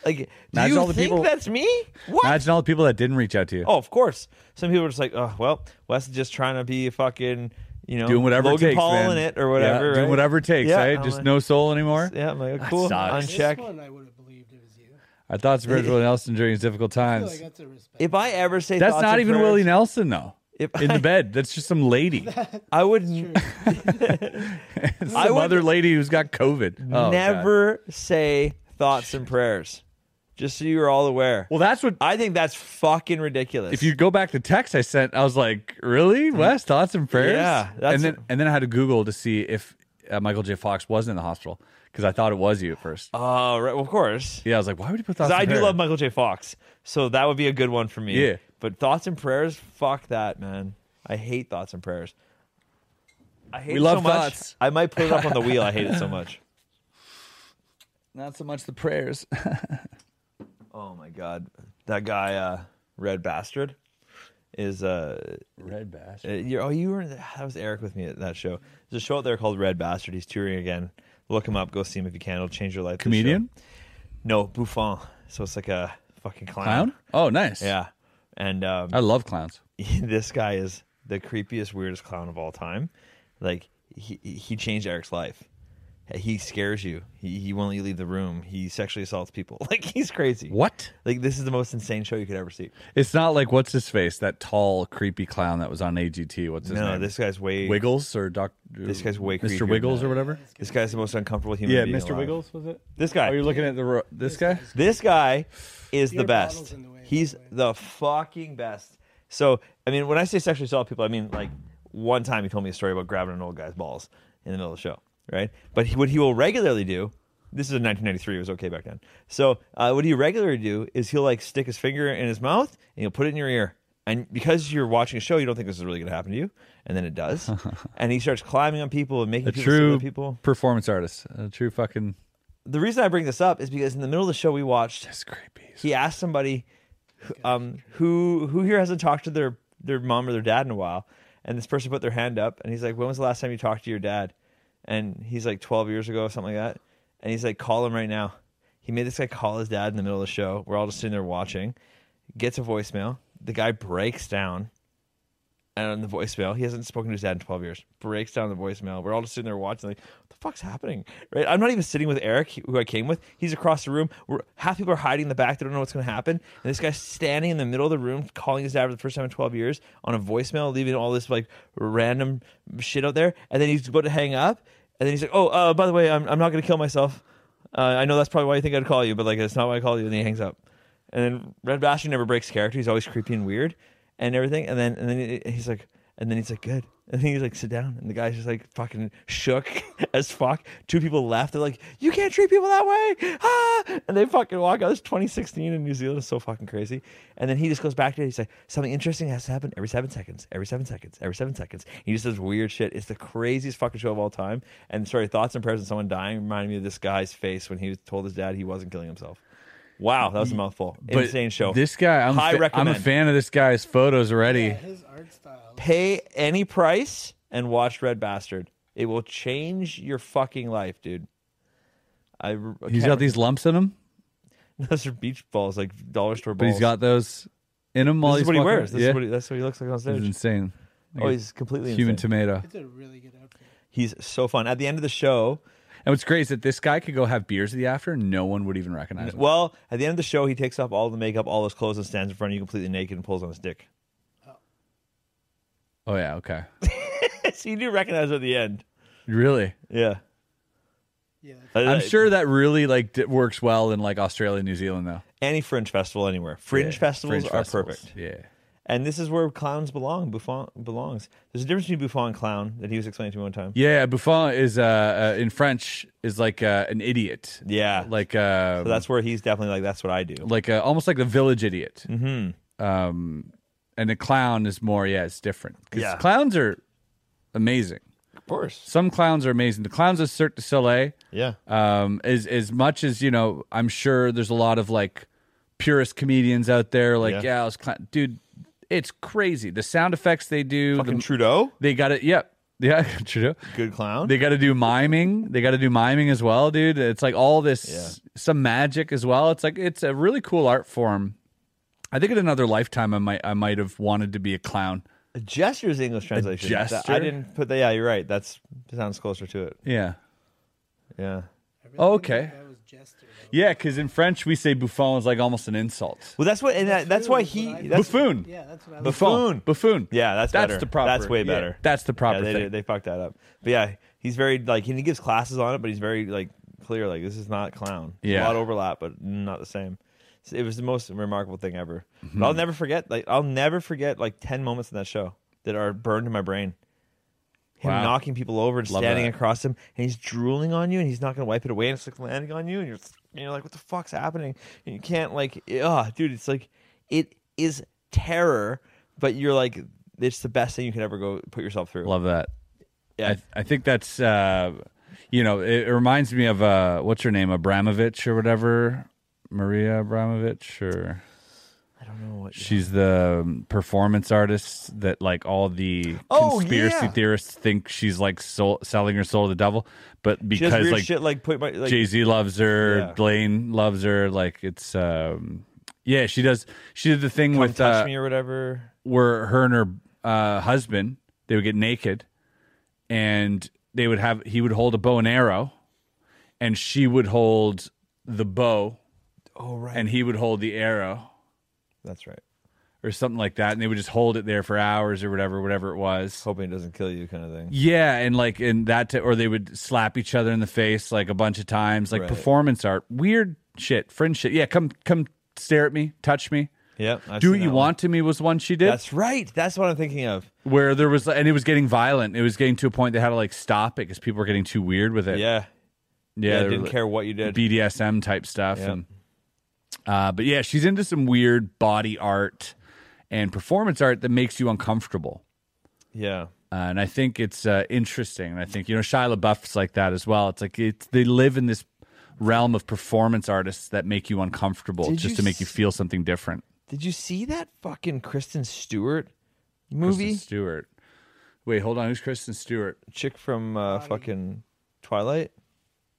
Like, do Imagine you all the think people- that's me? What? Imagine all the people that didn't reach out to you. Oh, of course. Some people are just like, "Oh, well, Wes is just trying to be a fucking, you know, doing whatever Logan it takes, Paul man. in it Yeah, or whatever, right? doing whatever it takes. Yeah, right? I'm Just like- no soul anymore. Yeah, I'm like, cool, sucks. uncheck. This one I would have believed it was you. I thought it was Willie Nelson during his difficult I feel times. like that's a respect. If I ever say That's thoughts not and even prayers, Willie Nelson though. If In I, the bed, that's just some <laughs> lady, I would Oh, some I would- other lady who's got COVID. Oh, God. never say thoughts and prayers, just so you're all aware. Well, that's what I think that's fucking ridiculous. if you go back to text I sent, I was like, "Really, Wes? Thoughts and prayers?" Mm-hmm. Yeah, that's- and then and then I had to Google to see if uh, Michael J. Fox was in the hospital because I thought it was you at first. Oh, right. Well, of course. yeah, I was like, "Why would you put thoughts?" Because I and do prayers? love Michael J. Fox. So that would be a good one for me. Yeah. But thoughts and prayers, fuck that, man. I hate thoughts and prayers. I hate We it love so much. thoughts. I might put it up on the wheel. I hate it <laughs> so much. not so much the prayers. <laughs> Oh my god. That guy, uh, Red Bastard, is uh Red bash. Uh, You're, oh, you were <sighs> that was Eric with me at that show. There's a show out there called Red Bastard. He's touring again. Look him up. Go see him if you can. It'll change your life. this Comedian? show. No, Buffon. So it's like a fucking clown. Clown? Oh, nice. Yeah. And um, I love clowns. <laughs> this guy is the creepiest, weirdest clown of all time. Like he he changed Eric's life. He scares you. He he won't let you leave the room. He sexually assaults people. <laughs> Like he's crazy. What? Like this is the most insane show you could ever see. It's not like what's his face, that tall, creepy clown that was on AGT. What's his no, name? this guy's way Wiggles or Doc? This guy's way creepier Mr. than Wiggles that. or whatever. This guy's the most uncomfortable human. Yeah, being Mr. alive. Wiggles was it? This guy. Are you looking at the ro- this guy? This guy is the Your bottle's best. in the way, by He's the way. the fucking best. So, I mean, when I say sexually assault people, I mean like one time he told me a story about grabbing an old guy's balls in the middle of the show, right? But he, what he will regularly do, this is in 1993, it was okay back then. So, uh, what he regularly do is he'll like stick his finger in his mouth and he'll put it in your ear. And because you're watching a show, you don't think this is really going to happen to you, and then <laughs> it does. and he starts climbing on people and making A people see other true people. performance artist. A true fucking. The reason I bring this up is because in the middle of the show we watched That's creepy. he asked somebody who- um, who who here hasn't talked to their their mom or their dad in a while and this person put their hand up and he's like when was the last time you talked to your dad and he's like 12 years ago or something like that and he's like call him right now he made this guy call his dad in the middle of the show we're all just sitting there watching gets a voicemail the guy breaks down and on the voicemail, he hasn't spoken to his dad in 12 years. Breaks down the voicemail. We're all just sitting there watching, like, what the fuck's happening? Right? I'm not even sitting with Eric, who I came with. He's across the room. We're, half people are hiding in the back. They don't know what's going to happen. And this guy's standing in the middle of the room, calling his dad for the first time in 12 years on a voicemail, leaving all this like random shit out there. And then he's about to hang up. And then he's like, oh, uh, by the way, I'm, I'm not going to kill myself. Uh, I know that's probably why you think I'd call you, but like, it's not why I called you. And he hangs up. And then Red Bastard never breaks character. He's always creepy and weird and everything. And then and then he- he's like, and then he's like, good. And then he's like, sit down. And the guy's just like fucking shook <laughs> as fuck. Two people left. They're like, you can't treat people that way. Ah! And they fucking walk out. It's 2016 in New Zealand. It's so fucking crazy. And then he just goes back to it. He's like, something interesting has to happen every seven seconds, every seven seconds, every seven seconds. He just does weird shit. It's the craziest fucking show of all time. And sorry, thoughts and prayers and someone dying reminded me of this guy's face when he was told his dad he wasn't killing himself. Wow, that was a mouthful. But Insane show. This guy, I'm, High fa- I'm a recommend. fan of this guy's photos already. Yeah, his art style. pay any price and watch Red Bastard. It will change your fucking life, dude. I He's got these lumps in him, <laughs> those are beach balls, like dollar store but balls. he's got those in him while this he's is what he walking- wears. This yeah. is what he, that's what he looks like on It's stage. insane. Oh, he's completely Human insane. tomato. It's a really good outfit. He's so fun. At the end of the show, And what's great is that this guy could go have beers at the after, and no one would even recognize him. well, at the end of the show, he takes off all the makeup, all his clothes, and stands in front of you completely naked and pulls on his <laughs> dick. Oh yeah, <laughs> okay, so you do recognize it at the end. really. Yeah, Uh, Yeah, that's I'm sure that really like d- works well in like Australia, New Zealand, though. Any fringe festival anywhere. Fringe Yeah, festivals fringe are festivals. perfect. Yeah, And this is where clowns belong. Buffon belongs. There's a difference between Buffon and clown that he was explaining to me one time. Yeah, Buffon is uh, uh in French is like uh, an idiot. Yeah. Like uh so that's where he's definitely like, that's what I do. like a, almost like the village idiot. Mm-hmm. Um, and a clown is more, yeah, it's different. 'Cause Yeah. clowns are amazing. Of course. Some clowns are amazing. The clowns of Cirque du Soleil, Yeah. um, as as much as you know, I'm sure there's a lot of like purist comedians out there, like yeah, Yeah. I was clown, dude. It's crazy. The sound effects they do, the- Fucking Trudeau, they got it. Yep, yeah, <laughs> Trudeau. good clown. They got to do miming. They got to do miming as well, dude. It's like all this Yeah. some magic as well. It's like it's a really cool art form. I think in another lifetime, I might I might have wanted to be a clown. A gesture is the English translation. That- gesture? I didn't put that. Yeah, you're right. That's sounds closer to it. Yeah, Yeah. I really think Okay. That was Jester. Though. yeah. Because in French, we say buffon is like almost an insult. Well, that's what, and that, that's why he. That's, Buffoon. Yeah, that's what I was. Buffon. Buffoon. Buffoon. yeah, that's that's better. the proper. That's way yeah, better. that's the proper yeah, they, thing. did- they fucked that up. But yeah, he's very like, and he gives classes on it, but he's very like clear. Like this is not clown. Yeah. a lot of overlap, but not the same. So it was the most remarkable thing ever. Mm-hmm. But I'll never forget. Like I'll never forget like ten moments in that show that are burned in my brain. Him Wow. knocking people over and Love standing that. across him, and he's drooling on you, and he's not going to wipe it away, and it's like landing on you, and you're and you're like, what the fuck's happening? And you can't like, oh, dude, it's like it is terror, but you're like, it's the best thing you could ever go put yourself through. Love that. Yeah. I, I think that's uh, you know it, it reminds me of uh, what's her name Abramovich or whatever Maria Abramovich or I don't know what. she's the um, performance artist that like all the Oh, conspiracy yeah. theorists think she's like soul, selling her soul to the devil, but She does because weird like shit like put my like Jay Z loves her, Yeah. Blaine loves her, like it's um, yeah she does she did the thing come with touch uh, me or whatever. were her and her uh, husband. They would get naked, and they would have he would hold a bow and arrow, and she would hold the bow, Oh right, and he would hold the arrow, that's right. or something like that. And they would just hold it there for hours or whatever, whatever it was. Hoping it doesn't kill you, kind of thing. Yeah, and like in that, t- or they would slap each other in the face like a bunch of times, like Right. performance art, weird shit, fringe shit. Yeah, come come stare at me, touch me. Yep. I've Do seen what that you one. want to me was one she did. That's right. That's what I'm thinking of. where there was and it was getting violent. It was getting to a point they had to like stop it because people were getting too weird with it. Yeah. yeah, Yeah. there didn't was, care what you like, did. BDSM type stuff. Yeah. And, uh, but yeah, she's into some weird body art and performance art that makes you uncomfortable. yeah. Uh, and I think it's uh, interesting. And I think you know Shia LaBeouf's like that as well. It's like it's they live in this realm of performance artists that make you uncomfortable Did just you to make you s- feel something different. Did you see that fucking Kristen Stewart Kristen movie? Stewart. Wait, hold on. Who's Kristen Stewart? Chick from uh, fucking Twilight.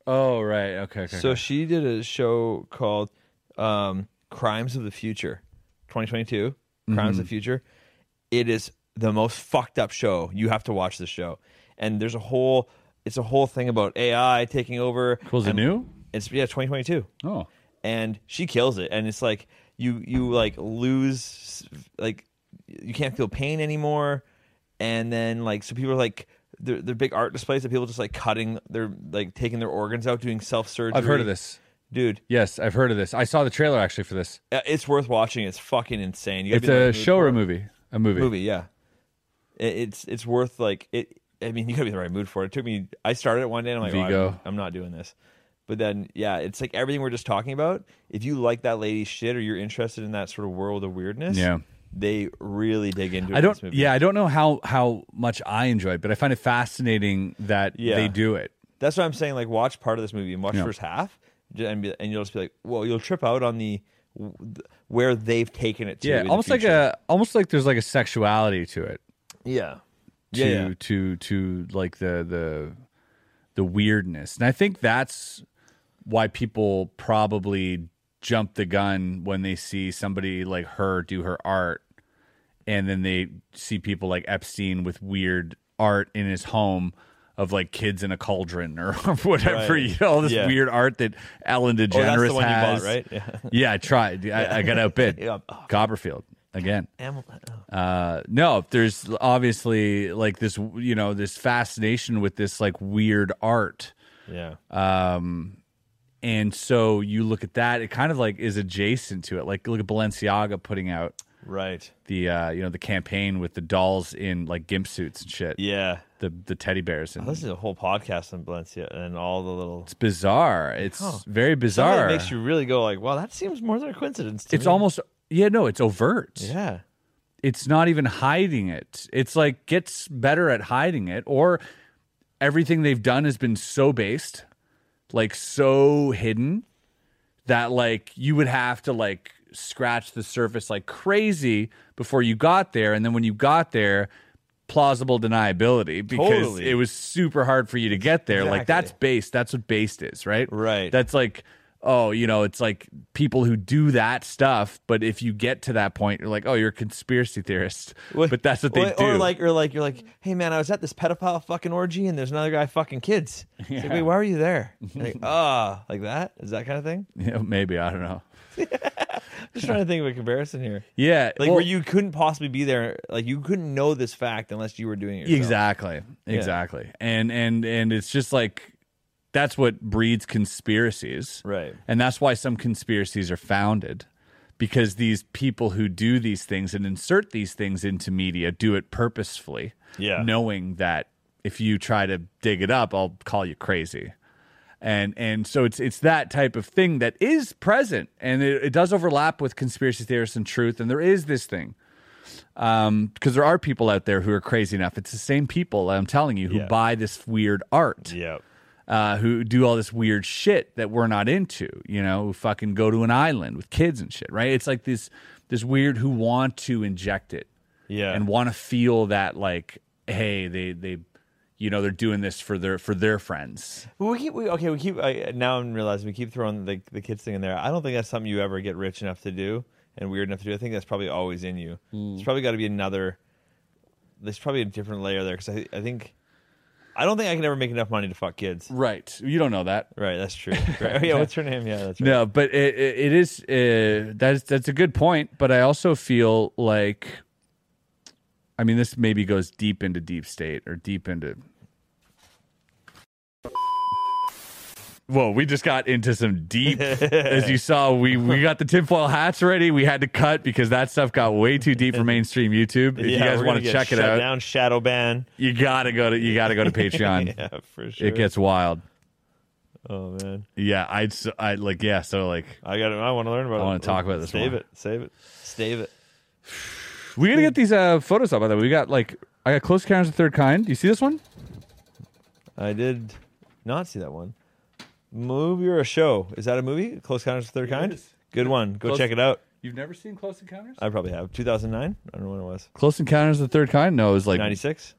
Oh, right. Okay. okay So okay. she did a show called um, Crimes of the Future, 2022. Crimes Mm-hmm. of the Future. It is the most fucked up show. You have to watch this show. And there's a whole, it's a whole thing about AI taking over. was it and- new? It's yeah, 2022 Oh. and she kills it and it's like you you like lose like you can't feel pain anymore and then like so people are like they're, they're big art displays of people just like cutting their like taking their organs out doing self-surgery I've heard of this. dude Yes, I've heard of this. I saw the trailer actually for this. uh, it's worth watching it's fucking insane you gotta It's be in the a mood show for or a it. movie? A movie. movie yeah it, it's it's worth like it i mean <laughs> you gotta be in the right mood for it it took me i started it one day and i'm like oh, I'm- Vigo. I'm not doing this but then yeah it's like everything we're just talking about if you like that lady's shit or you're interested in that sort of world of weirdness Yeah. they really dig into it I in don't. this movie. Yeah, I don't know how how much I enjoy it, but I find it fascinating that Yeah. they do it. that's what i'm saying like watch part of this movie and watch Yeah. first half j- and, be, and you'll just be like well you'll trip out on the where they've taken it to Yeah, in the almost like future. a almost like there's like a sexuality to it. yeah To, yeah, yeah. to to like the the the weirdness, and I think that's why people probably jump the gun when they see somebody like her do her art and then they see people like Epstein with weird art in his home of like kids in a cauldron or <laughs> whatever, Right. you know, all this Yeah. weird art that Ellen DeGeneres oh that's the one has. you <laughs> bought right yeah Yeah, I tried. I, I got outbid. <laughs> Yeah. Oh. Copperfield again. Am- oh. Uh, no, there's obviously like this, you know, this fascination with this like weird art. yeah Uh, And so you look at that, it kind of like is adjacent to it. Like look at Balenciaga putting out Right. the uh, you know the campaign with the dolls in like gimp suits and shit. Yeah. The the teddy bears and This is a whole podcast on Balenciaga and all the little. it's bizarre. It's Huh. very Some of it bizarre. makes you really go like, wow, that seems more than a coincidence. To it's me." almost yeah no it's overt. Yeah. It's not even hiding it. It's like gets better at hiding it or everything they've done has been so based, like so hidden that like you would have to like scratch the surface like crazy before you got there and then when you got there plausible deniability because Totally. it was super hard for you to get there like Exactly. that's based that's what based is right Right. that's like oh you know it's like people who do that stuff but if you get to that point you're like oh you're a conspiracy theorist Well, but that's what they or, do Or like, or like, you're like, hey man, I was at this pedophile fucking orgy, and there's another guy fucking kids. It's like, wait, why were you <laughs> there? And like, ah, like that? Is that kind of thing? <laughs> Yeah, maybe i don't know Just trying to think of a comparison here. yeah Like well- where you couldn't possibly be there, like you couldn't know this fact unless you were doing it. Yourself. Exactly. Exactly. And and and it's just like that's what breeds conspiracies. Right. And that's why some conspiracies are founded because these people who do these things and insert these things into media do it purposefully. Yeah. Knowing that if you try to dig it up, I'll call you crazy. And and so it's it's that type of thing that is present and it, it does overlap with conspiracy theorists and truth and there is this thing because there are people out there who are crazy enough. It's the same people I'm telling you who Yeah. buy this weird art, Yeah. uh, who do all this weird shit that we're not into. You know, who fucking go to an island with kids and shit. Right? It's like this this weird who want to inject it Yeah. and want to feel that like, hey, they they. You know they're doing this for their for their friends. Well, we keep we, okay. We keep I, now. I'm realizing we keep throwing the the kids thing in there. I don't think that's something you ever get rich enough to do and weird enough to do. I think that's probably always in you. Hmm. It's probably got to be another. There's probably a different layer there because I I think I don't think I can ever make enough money to fuck kids. Right. You don't know that. Right. <laughs> That's true. Right. Oh, yeah. What's her name? Yeah. That's right. No, but it, it, it is uh, that's that's a good point. But I also feel like, I mean, this maybe goes deep into deep state or deep into. Whoa, we just got into some <laughs> deep. as you saw, we we got the tinfoil hats ready. We had to cut because that stuff got way too deep for mainstream YouTube. If yeah, you guys we're want to gonna get check it shut out, Down shadow ban. you gotta go to you gotta <laughs> go to Patreon. Yeah, for sure. It gets wild. oh man, Yeah, I I like yeah. So like I got. I want to learn about it. I wanna talk about this Save more. it. Save it. Save it. We gotta get these uh, photos up. By the way, we got like I got close encounters of the third kind. You see this one? I did not see that one. Movie or a show? Is that a movie? Close Encounters of the Third Kind. is. Good one. Go Close- check it out. You've never seen Close Encounters? I probably have. 2009. I don't know when it was. Uh, Close Encounters of the Third Kind? No, it was like 96.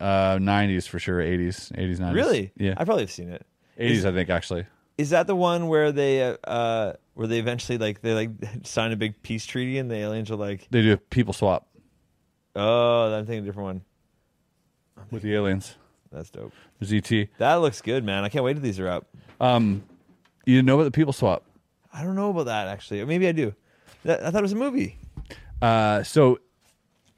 uh, 90s for sure, 80s, 80s, 90s. Really? Yeah, I probably have seen it. 80s, I think actually. Is that the one where they uh, uh where they eventually like they like <laughs> sign a big peace treaty and the aliens are like, They do a people swap oh, I'm thinking a different one. with the aliens. That's dope. There's ET. That looks good, man. I can't wait till these are up. Um, you know about the people swap? I don't know about that actually. Or Maybe I do. That, I thought it was a movie. Uh, so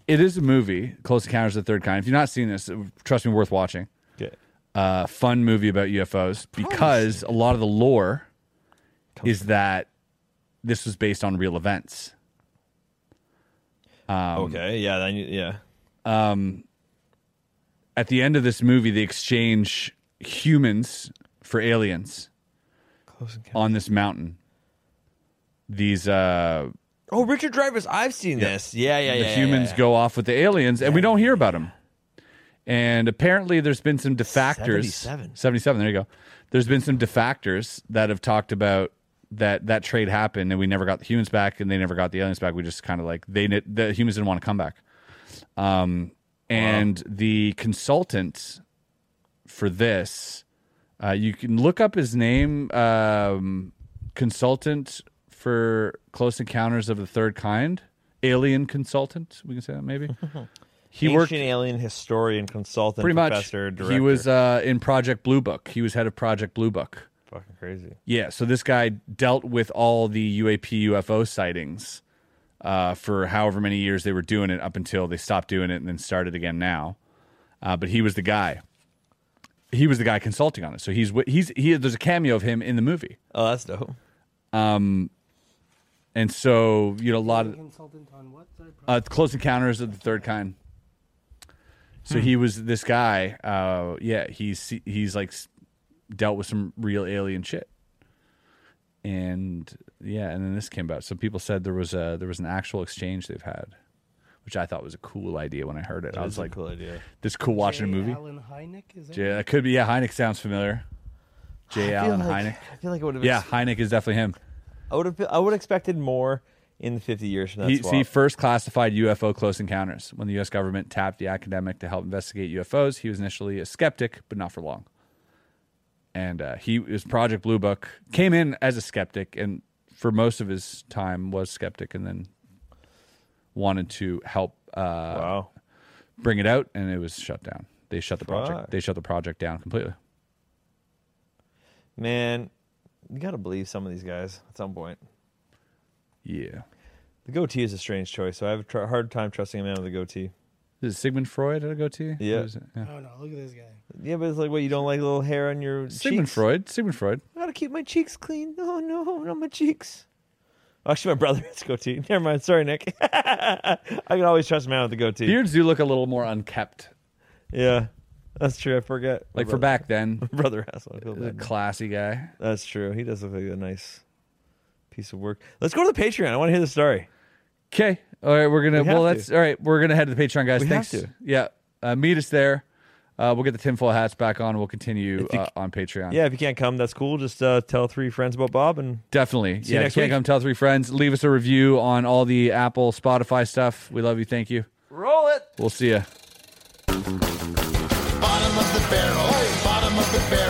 it is a movie, Close Encounters of the Third Kind. If you've not seen this, trust me, worth watching. Okay. uh, fun movie about UFOs because a lot of the lore is that this was based on real events. Um, okay. Yeah. Then you, yeah. At the end of this movie, they exchange humans for aliens Close Encounter. on this mountain. These uh, Oh, Richard Dreyfuss. I've seen this. Yeah. Yeah. the Yeah. yeah, humans yeah. go off with the aliens, and we don't hear about them. And apparently, there's been some defactors. 77. 77, There you go. There's been some defactors that have talked about that that trade happened, and we never got the humans back, and they never got the aliens back. We just kind of like they ni- the humans didn't want to come back. Um, and the consultant for this, uh, you can look up his name. Um, consultant for Close Encounters of the Third Kind, alien consultant. We can say that <laughs> maybe. He Ancient worked alien historian, consultant, pretty much. professor, director. He was uh, in Project Blue Book. He was head of Project Blue Book. fucking crazy. Yeah, so this guy dealt with all the UAP UFO sightings uh, for however many years they were doing it up until they stopped doing it and then started again now. Uh, but he was the guy. He was the guy consulting on it. So he's wi- he's he. There's a cameo of him in the movie. Oh, that's dope. and so you know a lot of Consultant on what? Sorry, pro- uh, Close Encounters of the Third Kind. So he was this guy. Uh, yeah, he's he's like s- dealt with some real alien shit, and yeah, and then this came about. So people said there was a there was an actual exchange they've had, which I thought was a cool idea when I heard it. I was like, cool idea. "This is cool watching a J. movie." Allen Hynek, is that? Yeah, that could be. Yeah, Hynek sounds familiar. J. Allen Hynek. <laughs> I feel like it would have. Yeah, Hynek is definitely him. I would have. I would expected more in the 50 years from that. He, swap. see, first classified UFO close encounters. When the U.S. government tapped the academic to help investigate UFOs, he was initially a skeptic, but not for long. And uh, he his Project Blue Book came in as a skeptic, and for most of his time was skeptic, and then wanted to help uh, wow. bring it out, and it was shut down. They shut the Fuck. project. They shut the project down completely. Man, you got to believe some of these guys at some point. Yeah, The goatee is a strange choice, so I have a tr- hard time trusting a man with a goatee. is it Sigmund Freud? Did I go to you? Yeah. Who is it? yeah. I don't know. Oh, Look at this guy. Yeah, but it's like, what, you don't like little hair on your Sigmund cheeks? Freud. Sigmund Freud. I gotta keep my cheeks clean. Oh no, not my cheeks. Actually, my brother <laughs> has a goatee. Never mind. Sorry, Nick. <laughs> I can always trust a man with a goatee. Beards do look a little more unkept. Yeah, that's true. I forget. My Like for brother- back then, my <laughs> brother has one. I feel he was a bad now. classy guy. That's true. He does look like a nice piece of work. Let's go to the Patreon. I want to hear the story. Okay. All right. We're gonna. We have well, to. that's all right. We're gonna head to the Patreon, guys. We have Thanks. to. Yeah. Uh, meet us there. Uh, we'll get the tinfoil hats back on. We'll continue you uh, c- on Patreon. Yeah, if you can't come, that's cool. Just uh, tell three friends about Bob and Definitely. you yeah. next if you can't week. come tell three friends. Leave us a review on all the Apple, Spotify stuff. We love you. Thank you. roll it. We'll see you. Bottom of the barrel. Bottom of the barrel.